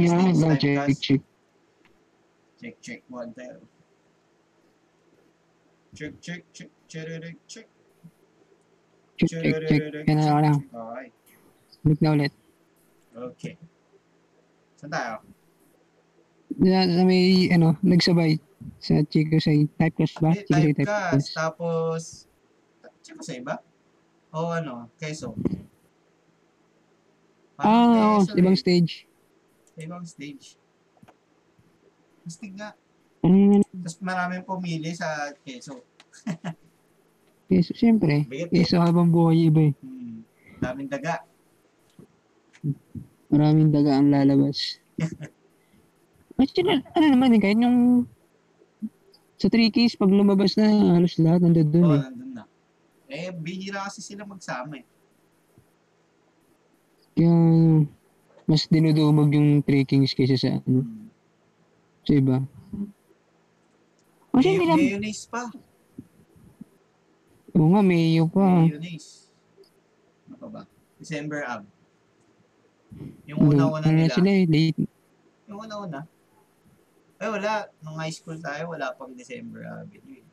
S1: kabilang
S2: nga,
S1: stage,
S2: logic,
S1: typecast.
S2: check.
S1: Check, check, one, two. Check, check, check, check, check.
S2: Check, check, check. Yan na, okay na.
S1: Okay.
S2: Balik na ulit.
S1: Okay. Saan tayo?
S2: Na, na may, ano, nagsabay sa Chico Say. Typecast ba?
S1: Hindi,
S2: Chico Say
S1: typecast.
S2: typecast.
S1: Tapos, tsaka sa iba? O ano, queso. Parang
S2: Ah, oo,
S1: queso
S2: ibang
S1: eh.
S2: stage.
S1: Sa ibang stage. Mastig nga.
S2: Ano yun?
S1: Tapos maraming pumili sa queso.
S2: Keso, siyempre.
S1: Bigat eh.
S2: Keso habang buhay yung iba eh.
S1: Hmm. Daming daga.
S2: Maraming daga ang lalabas. Actually, ano naman eh, kahit yung sa 3 keys, pag lumabas na, halos lahat nandun
S1: Oo,
S2: dun eh.
S1: nandun na. Eh, bihira kasi sila magsama eh.
S2: Kaya, mas dinudumog yung 3 kings kaysa sa ano.
S1: Hmm.
S2: sa iba. Kasi
S1: May,
S2: hindi lang,
S1: mayonnaise pa.
S2: oo nga, mayo pa.
S1: Mayonnaise. Ano pa ba? December ab. Yung
S2: Ano,
S1: una-una
S2: ano na
S1: nila.
S2: sila eh, late.
S1: Yung una-una. Ay, wala. Nung high school tayo, wala pang December Ah, ab. yun.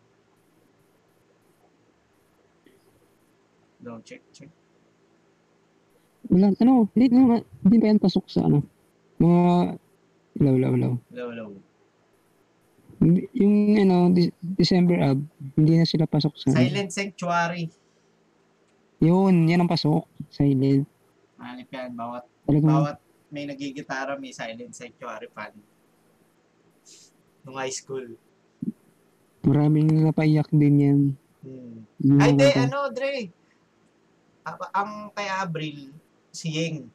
S1: No, check, check.
S2: Wala, ano, late na nga. Hindi pa yan pasok sa ano. Mga, ilaw, ilaw, ilaw.
S1: Wala, wala. wala.
S2: Hindi- Yung, ano, De- December ab, hindi na sila pasok sa ano.
S1: Silent Sanctuary.
S2: Yun, yan ang pasok. Silent.
S1: Hanip Ano yan. Bawat,
S2: Talagang,
S1: bawat may nagigitara, may Silent Sanctuary fan. Nung high school.
S2: maraming napaiyak din yan.
S1: Hmm.
S2: Yung
S1: Ay, di,
S2: mga-
S1: ano, Dre. A- Ang kay Abril, si Ying.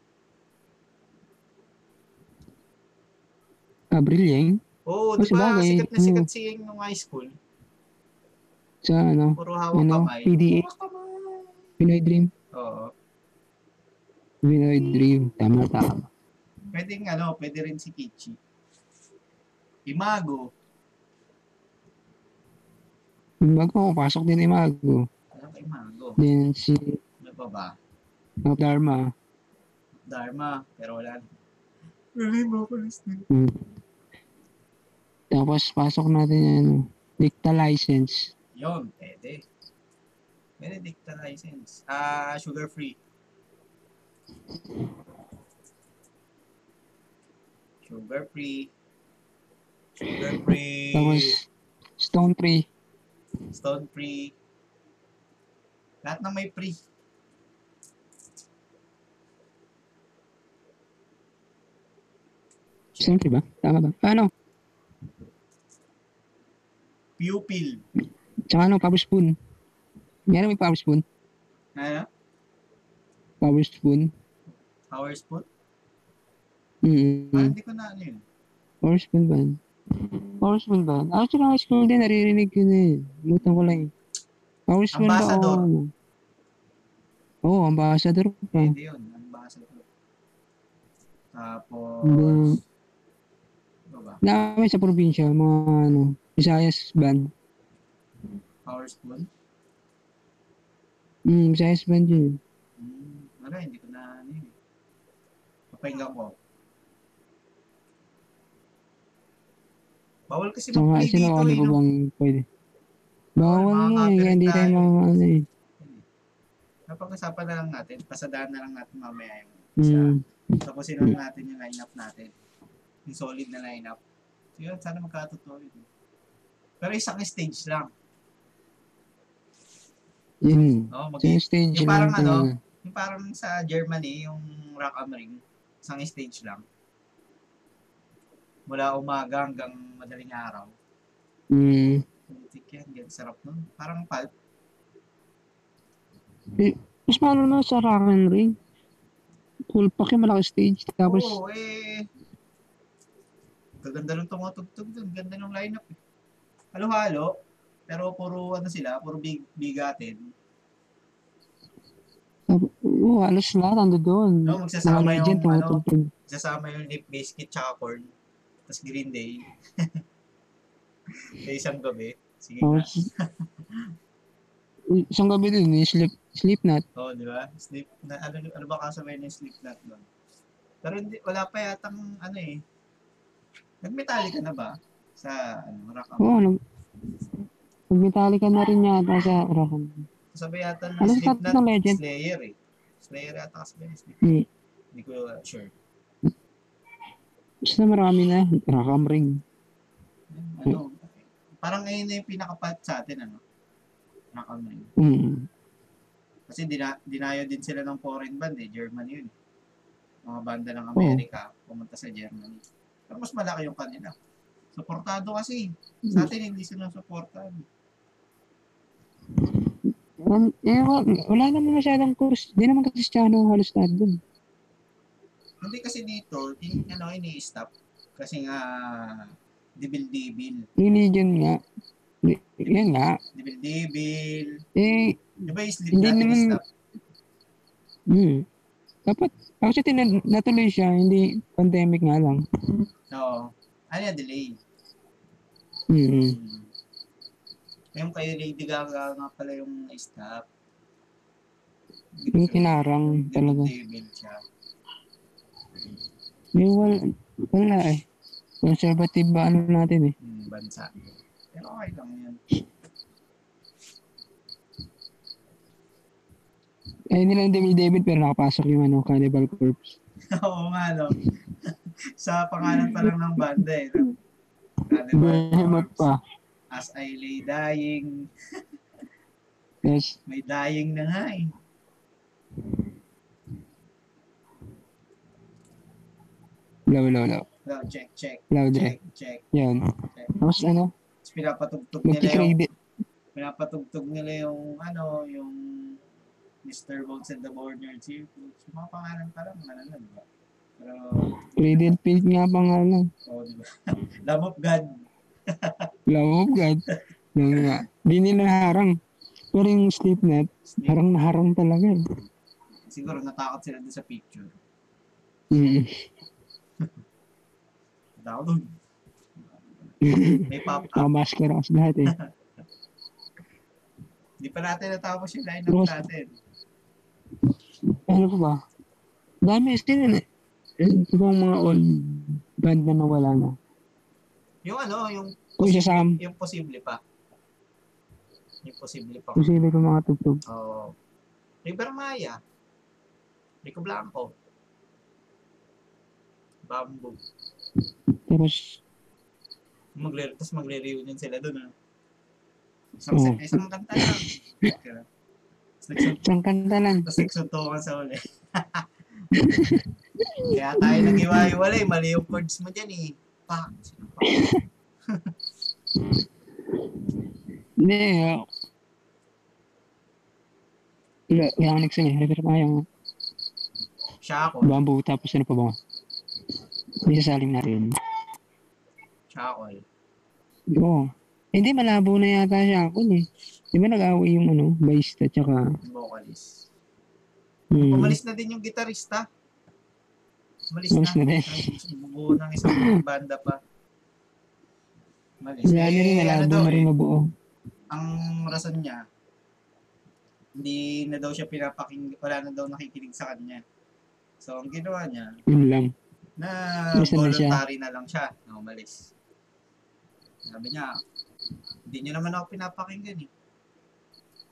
S2: Abril yan.
S1: Oo,
S2: Oh,
S1: di ba?
S2: sabagay.
S1: Sikat na
S2: Hmm.
S1: sikat si Ying nung high school.
S2: Sa ano,
S1: Puro hawak
S2: ano,
S1: kamay.
S2: PDA,
S1: Hawak kamay.
S2: Pinoy Dream.
S1: Oo.
S2: Pinoy
S1: Hmm.
S2: Dream. Tama, tama.
S1: Pwede nga, ano, pwede rin si Kichi. Imago.
S2: Yung bago, pasok din Imago.
S1: Alam kay Imago.
S2: Then si
S1: Ano pa ba?
S2: Mount Dharma.
S1: Dharma. Pero wala. Really, mapalis na.
S2: Hmm. Tapos pasok natin yung ano, Dicta License.
S1: Yun, pwede. Benedict na license. Ah, sugar free. Sugar free. Sugar free.
S2: Tapos Stone Tree.
S1: Stone free. Lahat na may free.
S2: Stone Tree ba? Tama ba? Ano?
S1: Pupil.
S2: Tsaka ano, Power Spoon. Meron may Power Spoon.
S1: Ano?
S2: Power Spoon.
S1: Power spoon? Ah,
S2: Mm-hmm.
S1: hindi ko na ano yun.
S2: Power Spoon ba? Power Spoon ba? Actually, Ah, high school din, naririnig yun eh. Lutang ko lang eh. Power Spoon ba?
S1: Ambassador.
S2: Oo, oh, ambassador pa.
S1: Hindi yun. Ang basa ko. Tapos,
S2: Hindi.
S1: ano ba?
S2: Namin sa probinsya, mga ano, Visayas band.
S1: Power spoon?
S2: Mm, Visayas band yun.
S1: Hmm, wala, hindi ko na ano yun. eh. Papahinga ko. Bawal kasi
S2: So nga,
S1: mag-play
S2: sino
S1: dito
S2: ano
S1: eh.
S2: ba
S1: no?
S2: bang pwede? Bawal
S1: Mga
S2: nga, eh,
S1: kapit
S2: hindi tayo
S1: tayo.
S2: mga ano eh.
S1: Napag-usapan na lang natin. Pasadaan na lang natin mamaya yung isa.
S2: Mm,
S1: Tapos sinunod natin yung lineup natin. Yung solid na lineup. So yun, sana magkatotoo yun. Pero isang stage lang.
S2: yun.
S1: No? Mag-
S2: So yung stage
S1: Yung
S2: lang
S1: parang ano,
S2: talaga.
S1: yung parang sa Germany, yung Rock am Ring, isang stage lang. Mula umaga hanggang madaling araw.
S2: Mm,
S1: Putik yan, ganyan sarap nun. Parang pulp.
S2: mas mahal naman sa rock and ring. Cool pack yung malaki stage. Tapos,
S1: Oo, eh. Gaganda nung tumutugtog dun. Ganda nung lineup. eh. Halo-halo. Pero puro ano sila, puro big, bigatin.
S2: tap- oo, alas lahat ando doon.
S1: No,
S2: Mga
S1: magsasama
S2: legend,
S1: yung,
S2: mga
S1: ano,
S2: tugtog.
S1: magsasama yung Limp Bizkit tsaka Korn. Tapos Green Day. Sa isang gabi. Sige
S2: Tapos,
S1: na.
S2: isang gabi din, eh, sleep, sleep nut.
S1: Oo, di ba? Sleep na, ano, ano ba kasabay ng sleep nut nun? Pero hindi, wala pa yatang, ano eh. Nag-Metallica na ba? Sa, ano, rock and
S2: Oo, nag, nag-Metallica na rin yata sa rock and
S1: Kasabay yata ng
S2: Ano
S1: sleep
S2: sikat
S1: nut,
S2: na legend?
S1: Slayer eh. Slayer yata kasabay ng sleep
S2: Hmm.
S1: Hindi ko uh, sure.
S2: Basta marami na. Rakam ring.
S1: Ayun, Ano, parang ngayon na yung pinakapat sa atin, ano? Rock and roll.
S2: Mm.
S1: Kasi dina, dinayo din sila ng foreign band eh. German yun. Mga banda ng Amerika, pumunta sa Germany. Pero mas malaki yung kanila. Suportado kasi. Sa atin hindi sila suportado.
S2: Um, eh, wa- wala naman masyadong course. Di naman kasi Chano halos lahat dun.
S1: Hindi kasi dito, in, ano, ini-stop. Kasi nga, dibil-dibil.
S2: Religion nga. Di- Yan nga.
S1: Dibil-dibil.
S2: Eh,
S1: Di ba yung sleep
S2: Hindi
S1: natin
S2: naman-
S1: stop?
S2: hmm. Dapat, actually, tin- natuloy siya. Hindi, pandemic nga lang.
S1: Oo. Ano yan, delay.
S2: Mm.
S1: Mm. Ayun kayo, Lady Gaga nga pala yung na-stop.
S2: Yung kinarang talaga.
S1: David siya.
S2: Yung wala, wala eh. Conservative ba ano natin eh.
S1: Mm, bansa. Pero okay lang yun.
S2: Ay, Eh, hindi lang Devil David pero nakapasok yung ano, Cannibal Corpse.
S1: Oo nga, no. Sa pangalan pa lang ng banda, eh. No? Ah,
S2: Behemoth pa.
S1: As I lay dying.
S2: Yes.
S1: May dying na nga, eh.
S2: Low, low, low.
S1: No, check, check,
S2: Loud eh.
S1: check, check.
S2: Yan. Tapos ano,
S1: Tapos pinapatugtog nila yung,
S2: nagkikredit.
S1: pinapatugtog nila yung, ano, yung Mr. Bones and the Borneo Circus. Yung mga pangalan pa lang, mananan ba? Pero,
S2: Credit Field nga pangalan.
S1: oh, di ba? Lamb of God.
S2: Love of God. Yung nga. Di nila harang. Pero yung Slipknot,
S1: Snake.
S2: harang na harang talaga eh.
S1: Siguro natakot sila dun sa picture.
S2: Mm.
S1: Natakot dun. May pop-up.
S2: Nakamaskara kasi lahat eh.
S1: Hindi pa natin natapos yung lineup
S2: Yes.
S1: natin.
S2: Ano pa ba? Dami sila na. Ito bang mga old band na nawala na.
S1: Yung ano, yung,
S2: Kung siya Sam,
S1: yung posible pa. Yung posible pa.
S2: posible ko mga tugtog.
S1: Oo. River Maya. Rico Blanco. Bamboo.
S2: Tapos,
S1: Magre Tapos magre-reunion sila doon. Ah. Isang,
S2: Oo.
S1: isang kanta lang. Tapos nagsun-
S2: isang kanta lang.
S1: Tapos nagsuntukan sa uli. Kaya tayo nag-iwa-iwalay. Mali yung chords mo dyan eh. Pak! Sino pa?
S2: Hindi, ah. wala, wala akong nagsin eh. Refer pa yung
S1: Siya ako.
S2: bamboo. Tapos ano pa ba? May sasalim natin.
S1: Chakol.
S2: Oo. Hindi, malabo na yata siya ako eh. Di ba nag-away yung ano, bassista tsaka...
S1: Vocalist.
S2: Hmm,
S1: Umalis na din yung gitarista. Umalis
S2: Umalis
S1: na.
S2: na din.
S1: Buo ng isang banda pa. Umalis.
S2: Wala na rin,
S1: Eh, ano
S2: malabo
S1: daw,
S2: na rin
S1: eh,
S2: mabuo.
S1: ang rason niya, hindi na daw siya pinapaking, wala na daw nakikinig sa kanya. So, ang ginawa niya,
S2: Yun lang.
S1: na
S2: Umalis na siya.
S1: voluntary na lang siya na umalis. Sabi niya, hindi niyo naman ako pinapakinggan eh.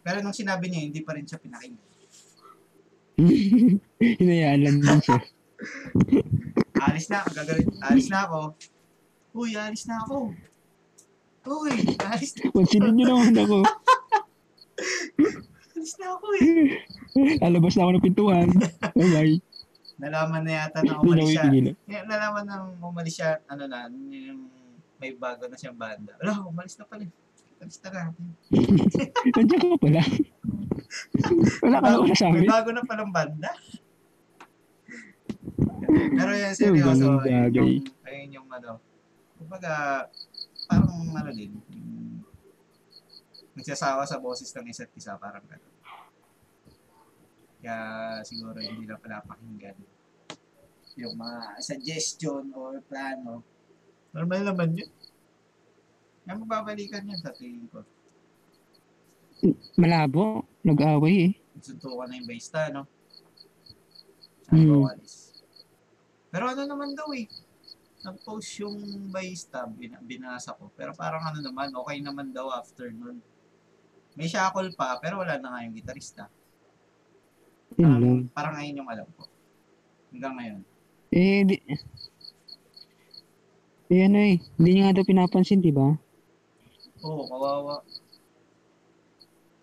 S1: Pero nung sinabi niya, hindi pa rin siya pinakinggan.
S2: Hinayaan lang din siya.
S1: alis na ako, gagawin, alis na ako. Uy, alis na ako. Uy, alis na,
S2: Pansinod niyo naman ako.
S1: alis na ako eh.
S2: Lalabas na ako ng pintuan. Bye-bye.
S1: Nalaman na yata na
S2: Hindi na ako
S1: umalis siya.
S2: ipigilan.
S1: Kaya nalaman na umalis siya, ano na, yung may bago na siyang banda. Wala, umalis na pala. Alis na natin.
S2: Nandiyan ka pala. Wala ka na wala sa
S1: May
S2: amin.
S1: bago na palang banda. Pero yun, seryoso.
S2: Ganun
S1: Ayun yung,
S2: bagay.
S1: ayun yung ano. Kumbaga, parang ano din. yung Nagsasawa sa boses ng isa't isa. Parang gano'n. Kaya siguro hindi na pala pakinggan yung mga suggestion or plano. Normal naman yun. Kaya mababalikan yun sa tingin ko.
S2: Malabo. Nag-away eh.
S1: Nagsuntukan na yung barista, no?
S2: Mm.
S1: Mm. Pero ano naman daw eh. Nag-post yung barista, bin- binasa ko. Pero parang ano naman, okay naman daw after nun. May shackle pa, pero wala na nga yung gitarista.
S2: Yun
S1: Parang,
S2: lang.
S1: parang ngayon yung alam ko. Hanggang ngayon.
S2: Eh, di... Eh ano eh. Hindi niya nga daw pinapansin, di ba?
S1: Oo, kawawa.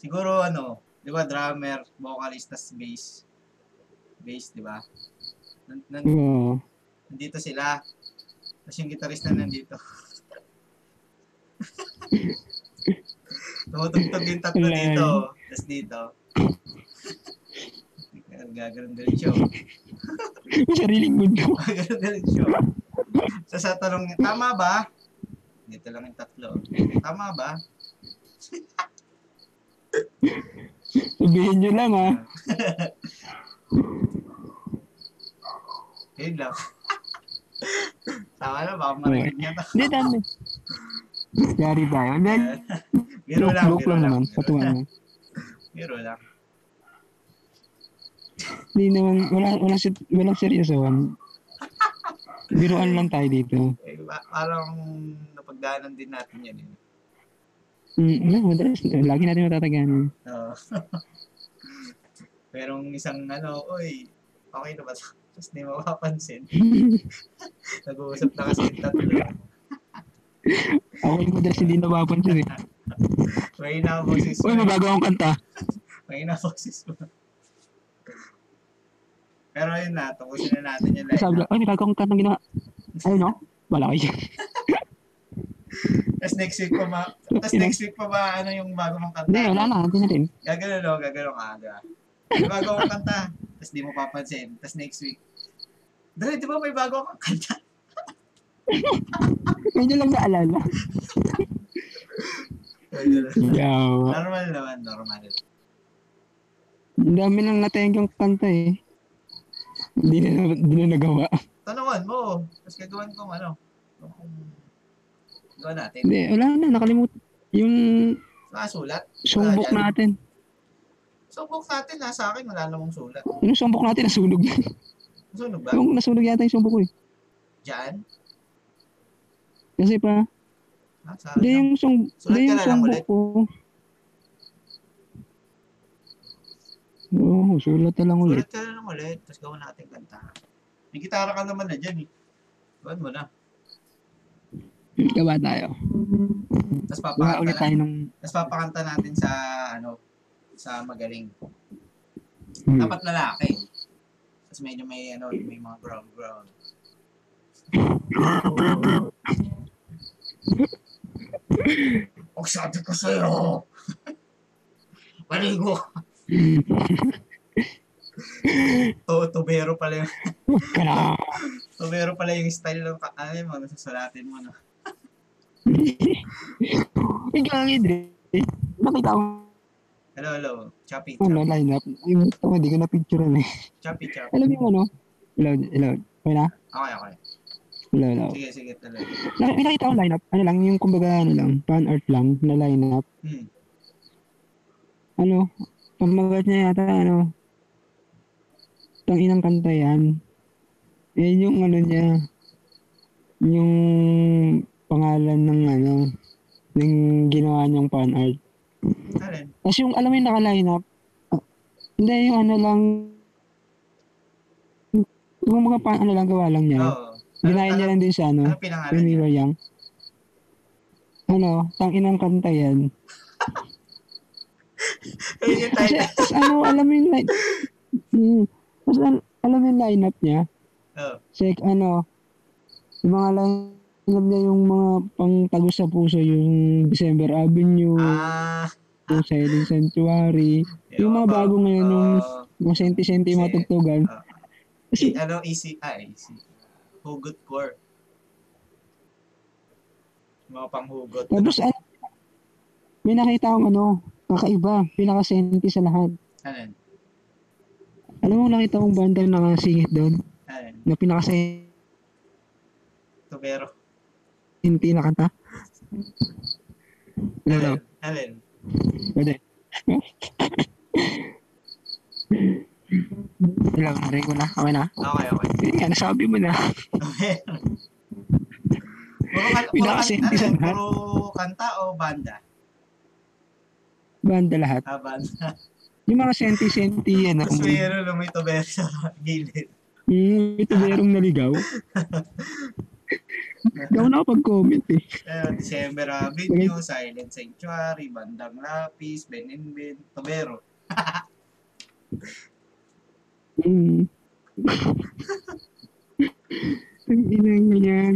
S1: Siguro ano, di ba drummer, vocalist, tas bass. Bass, di ba? Nan- nan-
S2: Oo.
S1: nandito sila. Tapos yung gitarista nandito. Tumutugtog yung tatlo
S2: Wala
S1: dito. Tapos dito. Gaganon-ganon show.
S2: May sariling mundo.
S1: Gaganon-ganon show. So sa tanong niya, tama ba? Dito lang yung tatlo. Tama ba?
S2: Sabihin niyo lang ah.
S1: Yun lang. tama na, baka marinig niya to.
S2: Hindi, dami. Yari ba yun? Then,
S1: Biro
S2: joke,
S1: lang,
S2: joke
S1: biro
S2: lang
S1: lang.
S2: naman.
S1: biro
S2: Patuwa
S1: lang.
S2: naman.
S1: Biro lang.
S2: Hindi naman, wala, wala, si, walang seryosohan. Biruan lang tayo dito.
S1: Eh, ba- parang napagdaanan din natin yan. Eh.
S2: Mm, wala, madalas, lagi natin matataganan.
S1: Oo. Merong isang ano, oy, okay na ba? Tapos di mapapansin. Nag-uusap na kasi yung tatlo.
S2: Ako yung madalas hindi napapansin eh.
S1: May na boses mo.
S2: Uy, may bago akong kanta.
S1: May na boses mo. Pero yun na, tapusin na natin yung
S2: Sabi
S1: line.
S2: lang, uy, may bago akong kanta ginawa. Ay, no? Wala kayo.
S1: Tapos next week pa ma... Tapos next week pa ba ano yung bago mong
S2: Hindi,
S1: kanta?
S2: wala na. Hindi na rin.
S1: Gagano no, gagano ka, di ba? May bago akong kanta. Tapos di mo papansin. Tapos next week. Dali, di ba may bago akong kanta?
S2: Medyo lang naalala. Yawa.
S1: normal naman, normal.
S2: Ang dami lang natayang yung kanta eh. Hindi na, hindi na nagawa.
S1: Tanungan mo. Tapos gagawin kong ano. Kung gawin natin.
S2: Hindi, wala na. Nakalimutan. Yung
S1: Nakasulat.
S2: songbook
S1: Wala
S2: natin.
S1: Sumbok natin. Nasa akin. Wala namang sulat.
S2: Yung songbook natin, nasunog na.
S1: Sunog ba?
S2: Yung nasunog yata yung songbook ko eh.
S1: Diyan?
S2: Kasi pa,
S1: Nasa
S2: Hindi
S1: akin.
S2: yung song,
S1: Sulat
S2: hindi
S1: ka
S2: yung
S1: na lang
S2: song
S1: ulit.
S2: book ko. Oo, sulat na lang ulit.
S1: Sulat ka na lang ulit. Tapos gawin natin kanta. May gitara ka naman na dyan eh. Gawin mo na.
S2: Gawa tayo.
S1: Tapos
S2: Gawa
S1: papakanta,
S2: ulit
S1: na,
S2: tayo ng...
S1: tapos papakanta natin sa ano sa magaling.
S2: Hmm.
S1: Dapat lalaki. Tapos medyo may ano, may mga ground ground. Ang sabi ko sa'yo, maligo ka. to, tubero pala yung,
S2: Huwag ka na!
S1: tubero pala yung style ng ka- ano yung mga susulatin mo, no?
S2: Ikaw ang Idris. eh. Nakita ko
S1: Hello, hello. Choppy,
S2: ano,
S1: choppy,
S2: line up. Yung ito, hindi ko na-picturean eh.
S1: choppy, choppy.
S2: Alam niyo ano? Hello, hello. Okay na?
S1: Okay, okay.
S2: Hello, hello.
S1: Sige, sige, talaga.
S2: Nak- Nakita ko line up. Ano lang, yung kumbaga ano lang, fan art lang na line up.
S1: Hmm.
S2: Ano, pamagat niya yata, ano, tanginang kanta yan. Eh, yung ano niya, yung pangalan ng ano, ng ginawa niyang fan art.
S1: Alin?
S2: Tapos yung alam mo yung naka-line up, ah, hindi yung ano lang, yung mga pa, ano lang gawa lang niya.
S1: Oo.
S2: Ginaya niya lang din sa ano,
S1: Ano pinangalan
S2: yung
S1: niya?
S2: Mirror Young. Ano, tanginang kanta yan.
S1: Ayun yung
S2: Kasi,
S1: title.
S2: tas ano, alam mo yung line, Hmm. Tas al- alam mo yung lineup niya,
S1: Oo.
S2: check ano, yung mga lineup niya yung mga pang tagos sa puso, yung December Avenue,
S1: Ah.
S2: yung Silent Sanctuary, Yung mga
S1: ba-
S2: bago ngayon, yung-
S1: ah,
S2: mga senti-senti yung mga
S1: Kasi-
S2: tugtugan.
S1: eh, ano, easy, ah, easy. Hugot core. Mga panghugot.
S2: Tapos ano, may nakita akong ano, kakaiba, pinaka-senti sa lahat.
S1: Anan,
S2: Alam mo, nakita akong banda na nakasingit doon,
S1: anan,
S2: na pinaka-senti
S1: tubero.
S2: na kanta. Ano,
S1: Anan, anan.
S2: Pwede. Ilang rin ko na. Okay na.
S1: Okay, okay.
S2: Yun nga, nasabi mo na.
S1: Tubero. puro, kan- puro, kan-
S2: Pinakasinti sa
S1: ano,
S2: lahat.
S1: puro kanta o banda?
S2: Banda lahat.
S1: Ah, banda.
S2: Yung mga senti-senti yan. ah.
S1: Tapos
S2: Ako,
S1: may ano, may tubero sa gilid.
S2: yung Mm, ito merong naligaw. Daw na ako pag-comment eh.
S1: Eh, December Avenue, Silent Sanctuary, Bandang Lapis, Ben and Ben, tubero.
S2: Mm. Ang inang yan.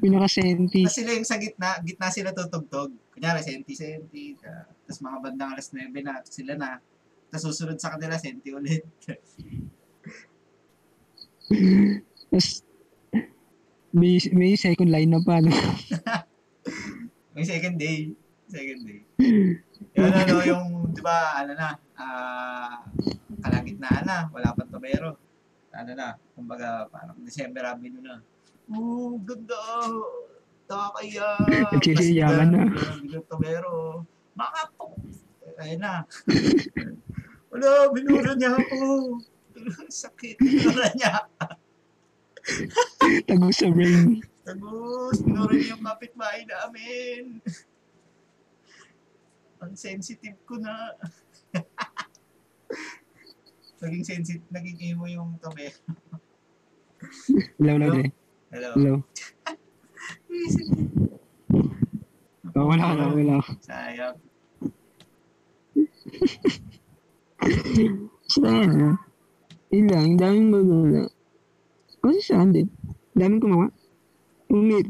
S2: Pinaka-senti.
S1: Tapos sila yung sa gitna, gitna sila tutugtog. Kunyari, senti-senti. Tapos mga bandang alas 9 na, sila na. Tapos susunod sa kanila, senti ulit.
S2: Tapos, may, may second line na pa. No?
S1: May second day. Second day. Yung ano, no, yung, di ba, ano na, ah, kalagitnaan na, wala pang tobero. Ano na, kumbaga, parang December Avenue na. Oh, ganda! Nakakaya.
S2: Nagsisiyakan na.
S1: Bigot Tomero. Mga po. Ayun na. Wala, binura niya ako. Sakit. Binura niya.
S2: Tagos sa brain.
S1: Tagus. Binura niya yung kapitbahay namin. Ang sensitive ko na. naging sensitive, naging emo yung Tomero.
S2: Hello, hello, Dre.
S1: Hello.
S2: Hello. Oh, wala ka na, wala ka.
S1: Sayang.
S2: Saan? ano? Yun lang, ang daming ano magagawa. Kasi saan din? Daming kumawa. Umit.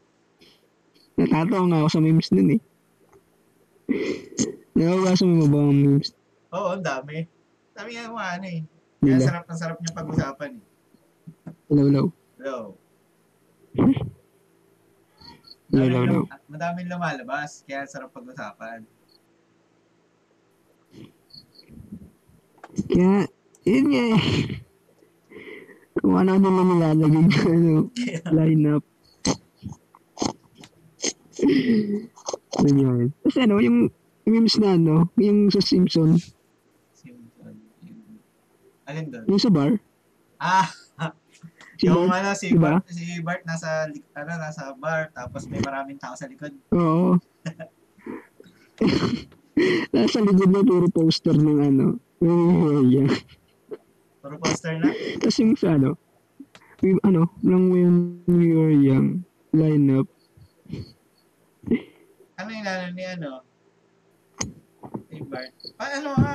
S2: Natatawa nga ako sa memes nun eh. Nakabasa mo ba ang memes
S1: Oo, ang dami. Dami nga yung mga ano eh. Kaya
S2: nila?
S1: sarap na sarap niya pag-usapan eh.
S2: Hello, hello.
S1: Hello.
S2: Hello, hello, hello.
S1: Madaming, lum- madaming lumalabas, kaya sarap pag-usapan.
S2: Kaya, yun nga eh. Kung ano nila nilalagay na ano, lineup. Yun yun. Tapos ano, yung yung memes na ano, yung sa Simpson,
S1: Simpson. Yung- Alin doon?
S2: yung sa bar.
S1: Ah!
S2: Si
S1: yung
S2: Bart.
S1: ano, si
S2: Diba?
S1: Bart, si Bart nasa, li- ano, nasa bar, tapos may maraming tao sa likod.
S2: Oo. Nasa likod na puro poster ng ano. Yung
S1: Puro poster na.
S2: Tapos yung sa ano, yung ano, lang when you are young, lineup.
S1: Ano yung ano ni ano? Si Bart. Pa, ano nga?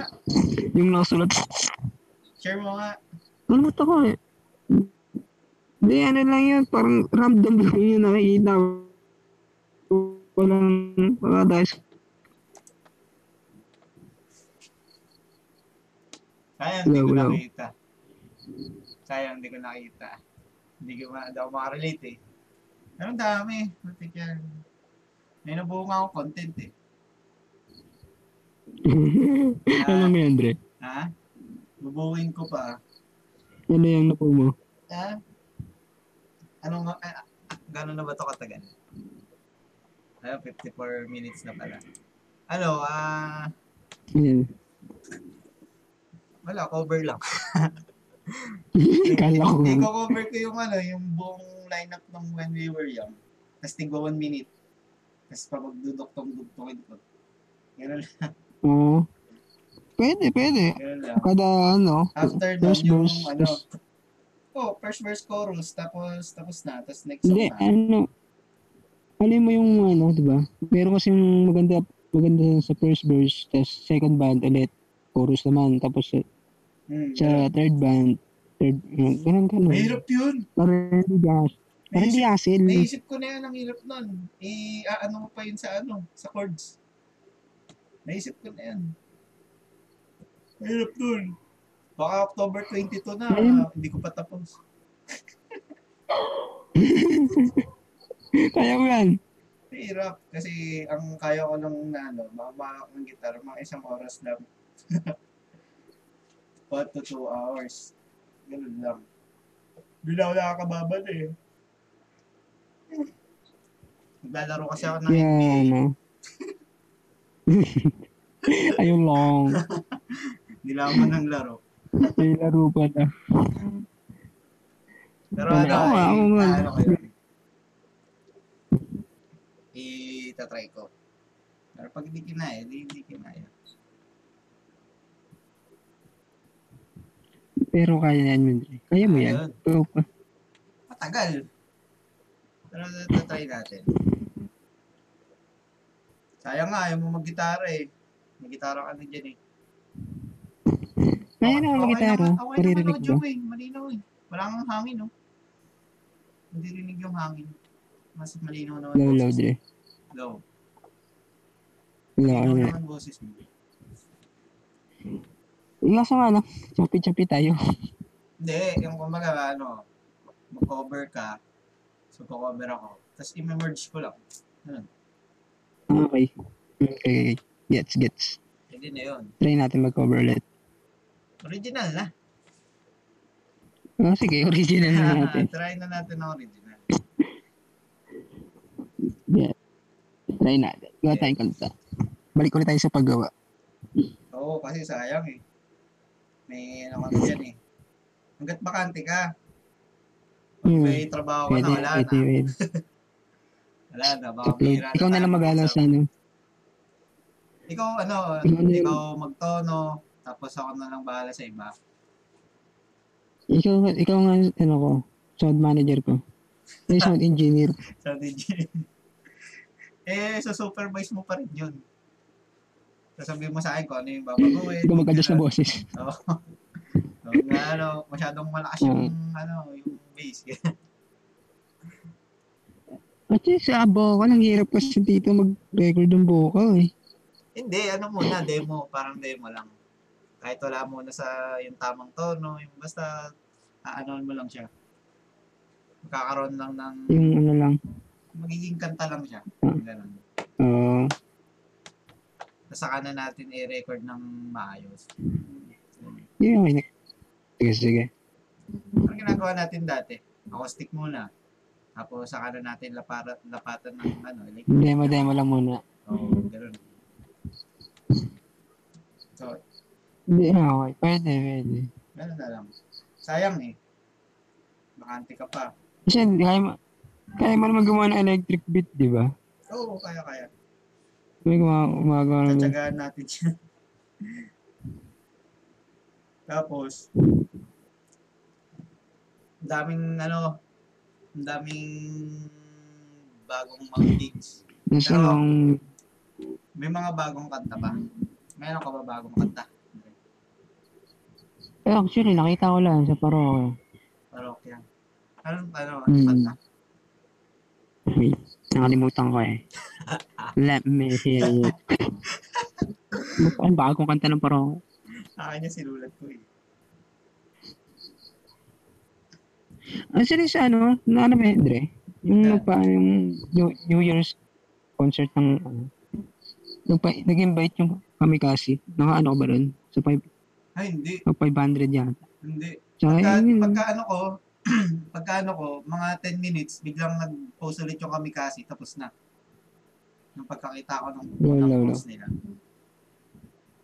S2: Yung nakasulat
S1: Share mo nga.
S2: Ano to ko eh? Hindi, ano lang yun. Parang random lang yun nakikita ko. Walang, wala tayo. sa-
S1: Sayang, hindi ko
S2: Hello, hello.
S1: nakita. Sayang, hindi ko nakita. Hindi ko ma- daw makarelate eh. Pero ang dami. Matik yan. May nabuo nga ako content eh.
S2: ano mo yan, Dre?
S1: Ha? Bubuuin ko pa.
S2: Ano yung napo mo?
S1: Ha? Anong, ah, ah, gano'n na ba ito katagal? Ano, 54 minutes na pala. Ano, ah,
S2: Ayan.
S1: wala, cover lang.
S2: Kala ko.
S1: Hindi ko cover ko yung ano, yung buong lineup ng When We Were Young. Tapos tigwa one minute. Tapos pa magduduktong-dugtongin ko. Ganun lang,
S2: Oo. Pwede, pwede.
S1: ganun lang.
S2: Kada ano,
S1: After nun,
S2: first
S1: yung
S2: verse.
S1: ano, oh, first verse chorus, tapos, tapos na, tapos next song
S2: Hindi,
S1: na.
S2: ano. Alin mo yung ano, di ba? Meron kasi yung maganda, maganda sa first verse, tapos second band ulit. Chorus naman, tapos sa-
S1: Hmm.
S2: sa third band, third, yun, ganun ganun.
S1: Mahirap yun.
S2: Parang hindi gas. Parang hindi asin.
S1: Naisip ko na yan ang hirap nun. I, ah, ano mo pa yun sa ano, sa chords. Naisip ko na yan. Hirap nun. Baka October 22 na,
S2: Ayun.
S1: ah, hindi ko pa tapos.
S2: Kaya mo yan.
S1: Hirap. Kasi ang kaya ko lang na ano, makamakak ng gitara, mga isang oras lang. 1 to 2 hours. Ganun lang. Hindi na ako nakakababad eh. Naglalaro kasi ako ng
S2: Yan, ano. Ayun lang.
S1: nilaman ng laro.
S2: May laro pa na.
S1: Pero
S2: Ano,
S1: ano,
S2: ako,
S1: eh,
S2: ako nga.
S1: ano ko yun. Itatry ko. Pero pag hindi kinaya, di- hindi kinaya.
S2: Pero kaya yan, Mindre. Kaya mo yan.
S1: Ayun.
S2: Oo pa.
S1: Matagal. Pero tatry natin. Sayang nga, ayaw mo mag-gitara eh. May gitara ka na dyan eh.
S2: Kaya na ako
S1: Okay
S2: mag-gitara.
S1: naman- Okay naman
S2: Maririnig
S1: audio
S2: ba?
S1: mo eh. Malinaw eh. Wala kang hangin oh. Hindi rinig yung hangin. Mas malinaw naman.
S2: Low,
S1: boses
S2: low,
S1: mo.
S2: Dre.
S1: Low.
S2: Low,
S1: Malinaw
S2: ano.
S1: naman boses mo.
S2: Nasa nga lang. Chapi-chapi tayo.
S1: Hindi, yung kumbaga, ano, mag-cover ka, so cover ako, tapos i-merge ko lang.
S2: Okay. Okay. Gets, gets.
S1: Hindi na yun.
S2: Try natin mag-cover ulit.
S1: Original na.
S2: Oh, sige, original na natin.
S1: Try na natin ang original.
S2: Yeah. Try natin. Gawa tayong kanta. Balik ulit tayo sa paggawa.
S1: Oo, kasi sayang eh. May ano ka na dyan eh. Hanggat bakante ka. Pag
S2: Hmm.
S1: may trabaho ka
S2: Pwede,
S1: na, wala
S2: pwede,
S1: na.
S2: pwede.
S1: Wala na, baka
S2: Upload.
S1: bihira
S2: Ikaw na
S1: tayo
S2: lang mag-aala
S1: mag-usap.
S2: sa ano.
S1: Ikaw ano,
S2: Ikaw na yun.
S1: ikaw magtono, tapos ako na lang bahala sa iba.
S2: Ikaw, ikaw nga, ano ko, sound manager ko. Ay, sound engineer.
S1: Sa DJ. eh, sa supervise mo pa rin yun. Sasabihin mo sa akin kung ano yung babaguhin.
S2: Ikaw mag-adjust na boses.
S1: Oo. Huwag na, ano, masyadong malakas yung,
S2: Hmm.
S1: ano, yung bass.
S2: Kasi sa vocal, ang ah, hirap kasi dito mag-record ng vocal eh.
S1: Hindi, ano muna, demo, parang demo lang. Kahit wala muna sa yung tamang tono, yung basta aanon mo lang siya. Magkakaroon lang ng,
S2: Yung ano lang.
S1: magiging kanta lang siya. Ganun.
S2: Oo.
S1: Tapos saka na natin i-record ng maayos.
S2: yun okay na. Sige, sige.
S1: Parang ginagawa natin dati, acoustic muna. Tapos saka na natin lapara, lapatan ng ano, like,
S2: Demo-demo lang muna.
S1: oh, ganun. So,
S2: Hindi, okay. Pwede, pwede.
S1: ganun na lang. Sayang eh. Bakante ka pa.
S2: Kasi kaya mo, kaya mo naman gumawa ng electric beat, di ba?
S1: Oo, kaya-kaya.
S2: May gumawa, gumagawa naman.
S1: Tatsagaan natin siya. Tapos, ang daming ano, ang daming bagong mga gigs.
S2: Nasa nung,
S1: May mga bagong kanta pa. Meron ka ba bagong kanta?
S2: eh, actually, nakita ko lang sa paroko.
S1: Parokya. Anong, ano, anong
S2: Hmm.
S1: kanta?
S2: Wait, nakalimutan ko eh. Let me hear you. Ano ba? Kung kanta ng paroko.
S1: Akin niya sinulat ko eh.
S2: Ang sila sa ano, na ano ba yun, Dre? Yung
S1: Yeah.
S2: nagpa, yung New, New Year's concert ng, ano, nagpa, nag-invite yung kamikasi. Naka ano ko ba rin? Sa five-
S1: Ay, hindi.
S2: sa 500 yata.
S1: Hindi.
S2: Tsaka,
S1: Pagka,
S2: yun,
S1: pagka ano ko, pagka ano ko, mga 10 minutes, biglang nag-post ulit yung kamikasi, tapos na. Nung pagkakita ko nung
S2: Wala,
S1: unang
S2: wala.
S1: post nila.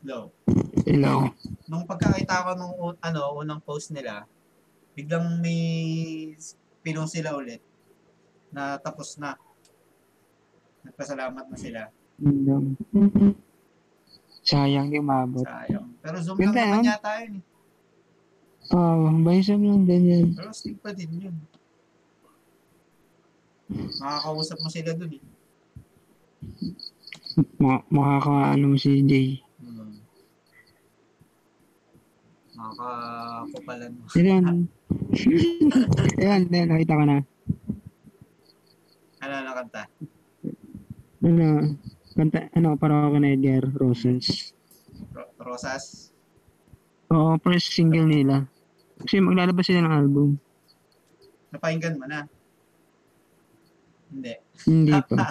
S1: Low.
S2: hello.
S1: Nung pagkakita ko nung un- ano, unang post nila, biglang may pinong sila ulit na tapos na. Nagpasalamat na sila.
S2: Random. Mm-hmm. Sayang yung mabot.
S1: Sayang. Pero Zoom lang
S2: Ganda,
S1: naman
S2: no?
S1: yata yun. eh.
S2: Oo, by Zoom lang din yan.
S1: Pero stick pa din yun. Makakausap mo sila dun eh.
S2: Ma- makakaano ano mo si Jay.
S1: Hmm. Makakakupalan mo.
S2: Ayun. Ayun, ayun, nakita ko na.
S1: Ano na kanta?
S2: Ano, kanta, ano, para ako na Edgar Rosens.
S1: Ro- Rosas?
S2: Oo, first single nila. Kasi maglalabas sila ng album.
S1: Napakinggan mo na? Hindi.
S2: Hindi pa.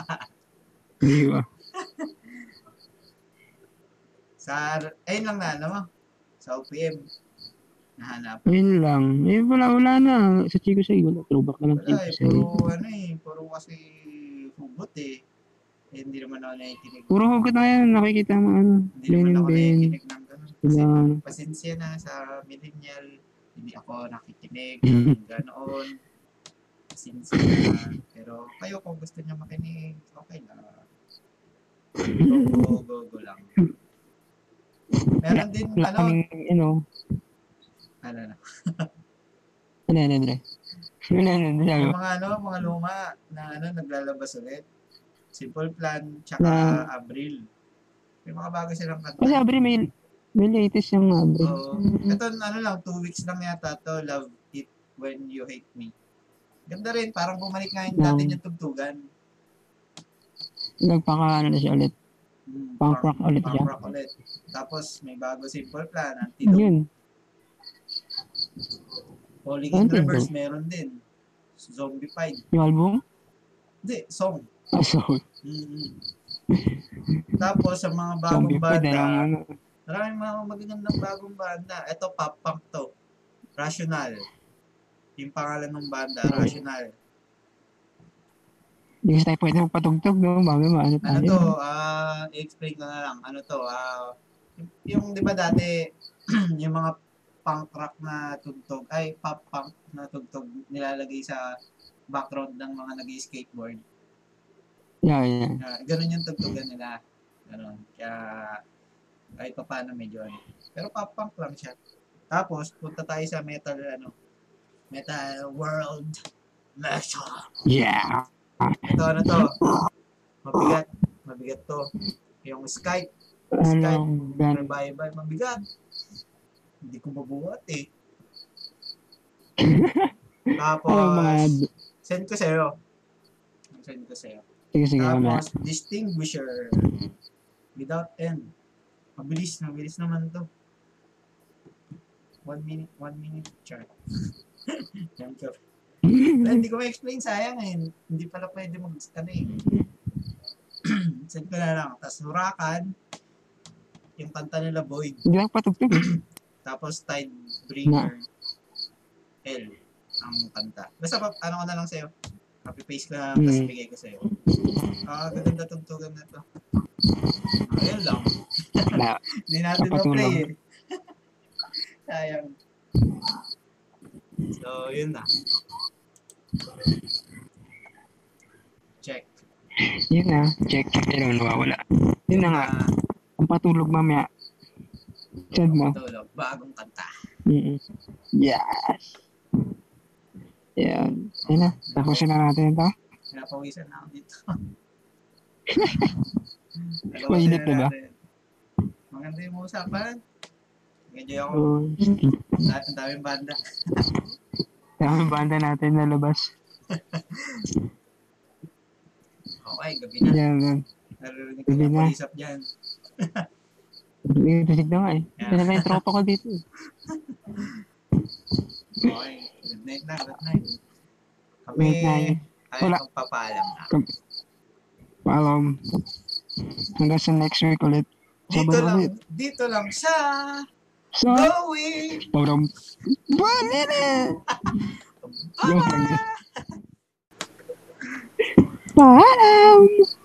S2: Hindi pa.
S1: Sa, ayun lang na, ano? Sa OPM. Nahanap.
S2: Ayun lang. Eh, wala, wala na. Sa Chico Say, wala. Throwback na lang.
S1: Wala eh,
S2: Chico Say.
S1: puro ano eh, puro kasi hugot eh. eh hindi naman ako nakikinig.
S2: Puro hugot na yan. Nakikita mo, ano.
S1: Hindi naman
S2: Lenin
S1: ako
S2: Ben.
S1: nakikinig Ano? ng ganun. Kasi
S2: Sila,
S1: pasensya na sa millennial. Hindi ako nakikinig.
S2: Mhm.
S1: Ganoon. Pasensya na. Pero kayo kung gusto niyo makinig, okay na. Go, go, go, go lang. Meron din,
S2: wala
S1: ano,
S2: kaming, ano,
S1: ano, ano,
S2: Ano yan, Andre? Ano yan, Andre? Sabi
S1: yung
S2: mo?
S1: mga ano, mga luma na ano, naglalabas ulit. Simple Plan, tsaka
S2: Na-
S1: Abril. May mga bago silang kanta.
S2: Kasi Abre, may, may latest yung uh, Abre.
S1: Oo.
S2: Mm-hmm.
S1: Ito, ano lang, two weeks lang yata to, Love It When You Hate Me. Ganda rin, parang bumalik nga yung dati
S2: Yeah.
S1: yung tugtugan.
S2: Nagpaka, ano na siya ulit.
S1: Mm,
S2: Punk rock ulit siya.
S1: pang-rock ulit. Tapos may bago Simple Plan, Antidote,
S2: Yun.
S1: Falling in
S2: Antidote.
S1: Reverse, meron din. Zombified.
S2: Yung album?
S1: Hindi, song.
S2: Ah, sorry.
S1: mm Tapos sa mga bagong
S2: Zombie pa. Dahil ang
S1: banda,
S2: ano.
S1: maraming mga magagandang bagong banda. Ito, pop punk to. Rational. Yung pangalan ng banda, Rational.
S2: Hindi kasi tayo pwede magpatugtog, no? Mami, maano
S1: Ano
S2: tayo?
S1: to, ah, i-explain ko na lang. Ano to, ah, yung- yung, di ba dati, yung mga punk rock na tugtog, ay, pop punk na tugtog, nilalagay sa background ng mga nag skateboard
S2: Yeah, yeah.
S1: Ah, ganun yung tugtugan nila. Ganun. Kaya kahit pa paano medyo ano. Pero pop-punk lang siya. Tapos, punta tayo sa metal, ano, metal world metal.
S2: Yeah!
S1: Ito, ano to? Mabigat. Mabigat to. Yung Skype
S2: Ano, gan-
S1: revival, mabigat. Hindi ko mabuhat eh. Tapos,
S2: ano mga...
S1: send ko sa'yo. Send ko sa'yo.
S2: Sige, sige, wala.
S1: Tapos, distinguisher. Without end. Mabilis, mabilis naman to. One minute, one minute chart. Yan ko. Wala, hindi ko ma-explain, sayang eh. Hindi pala pwede mag, ano eh. Send ko na lang. Tapos, Huracan. Yung kanta nila, Void.
S2: Hindi lang patugtog, eh.
S1: Tapos, Tidebringer. L. Ang kanta. Basta, pa- ano ko na lang sa'yo. Copy-paste ko na lang, tapos
S2: Mm.
S1: bigay ko sa'yo. Ah, ganda tugtugan na to. Ayun lang.
S2: Na-
S1: Hindi natin
S2: Napatulog.
S1: ma-play eh. Sayang. So, yun na. Check.
S2: Yun na. Check, check. Pero nawawala. Yun na nga.
S1: Ah,
S2: Ang patulog mamaya. Chad mo.
S1: tulog. Bagong kanta.
S2: Mm-mm. Yes! Yan. Yun na. Tapusin na natin ito.
S1: Pinapawisan na ako dito.
S2: Mainit, diba?
S1: natin. Maganda yung usapan. Enjoy ako.
S2: So,
S1: Lahat ang daming banda.
S2: yung banda natin na labas.
S1: Okay, gabi na.
S2: Yan. yan.
S1: Naririnig ko
S2: Gabi
S1: na
S2: na.
S1: pag-isap dyan.
S2: Nagtitig na nga eh.
S1: Yeah.
S2: Kasi may tropa ko dito. eh.
S1: Okay, good night na, good night. Kami,
S2: Good night.
S1: ay
S2: Wala.
S1: magpapaalam na.
S2: Paalam. Hanggang sa next week ulit.
S1: Dito
S2: Sabado
S1: lang,
S2: ulit.
S1: dito lang sa
S2: So,
S1: Going
S2: parang... Banana! Yung
S1: Bye!
S2: Paalam!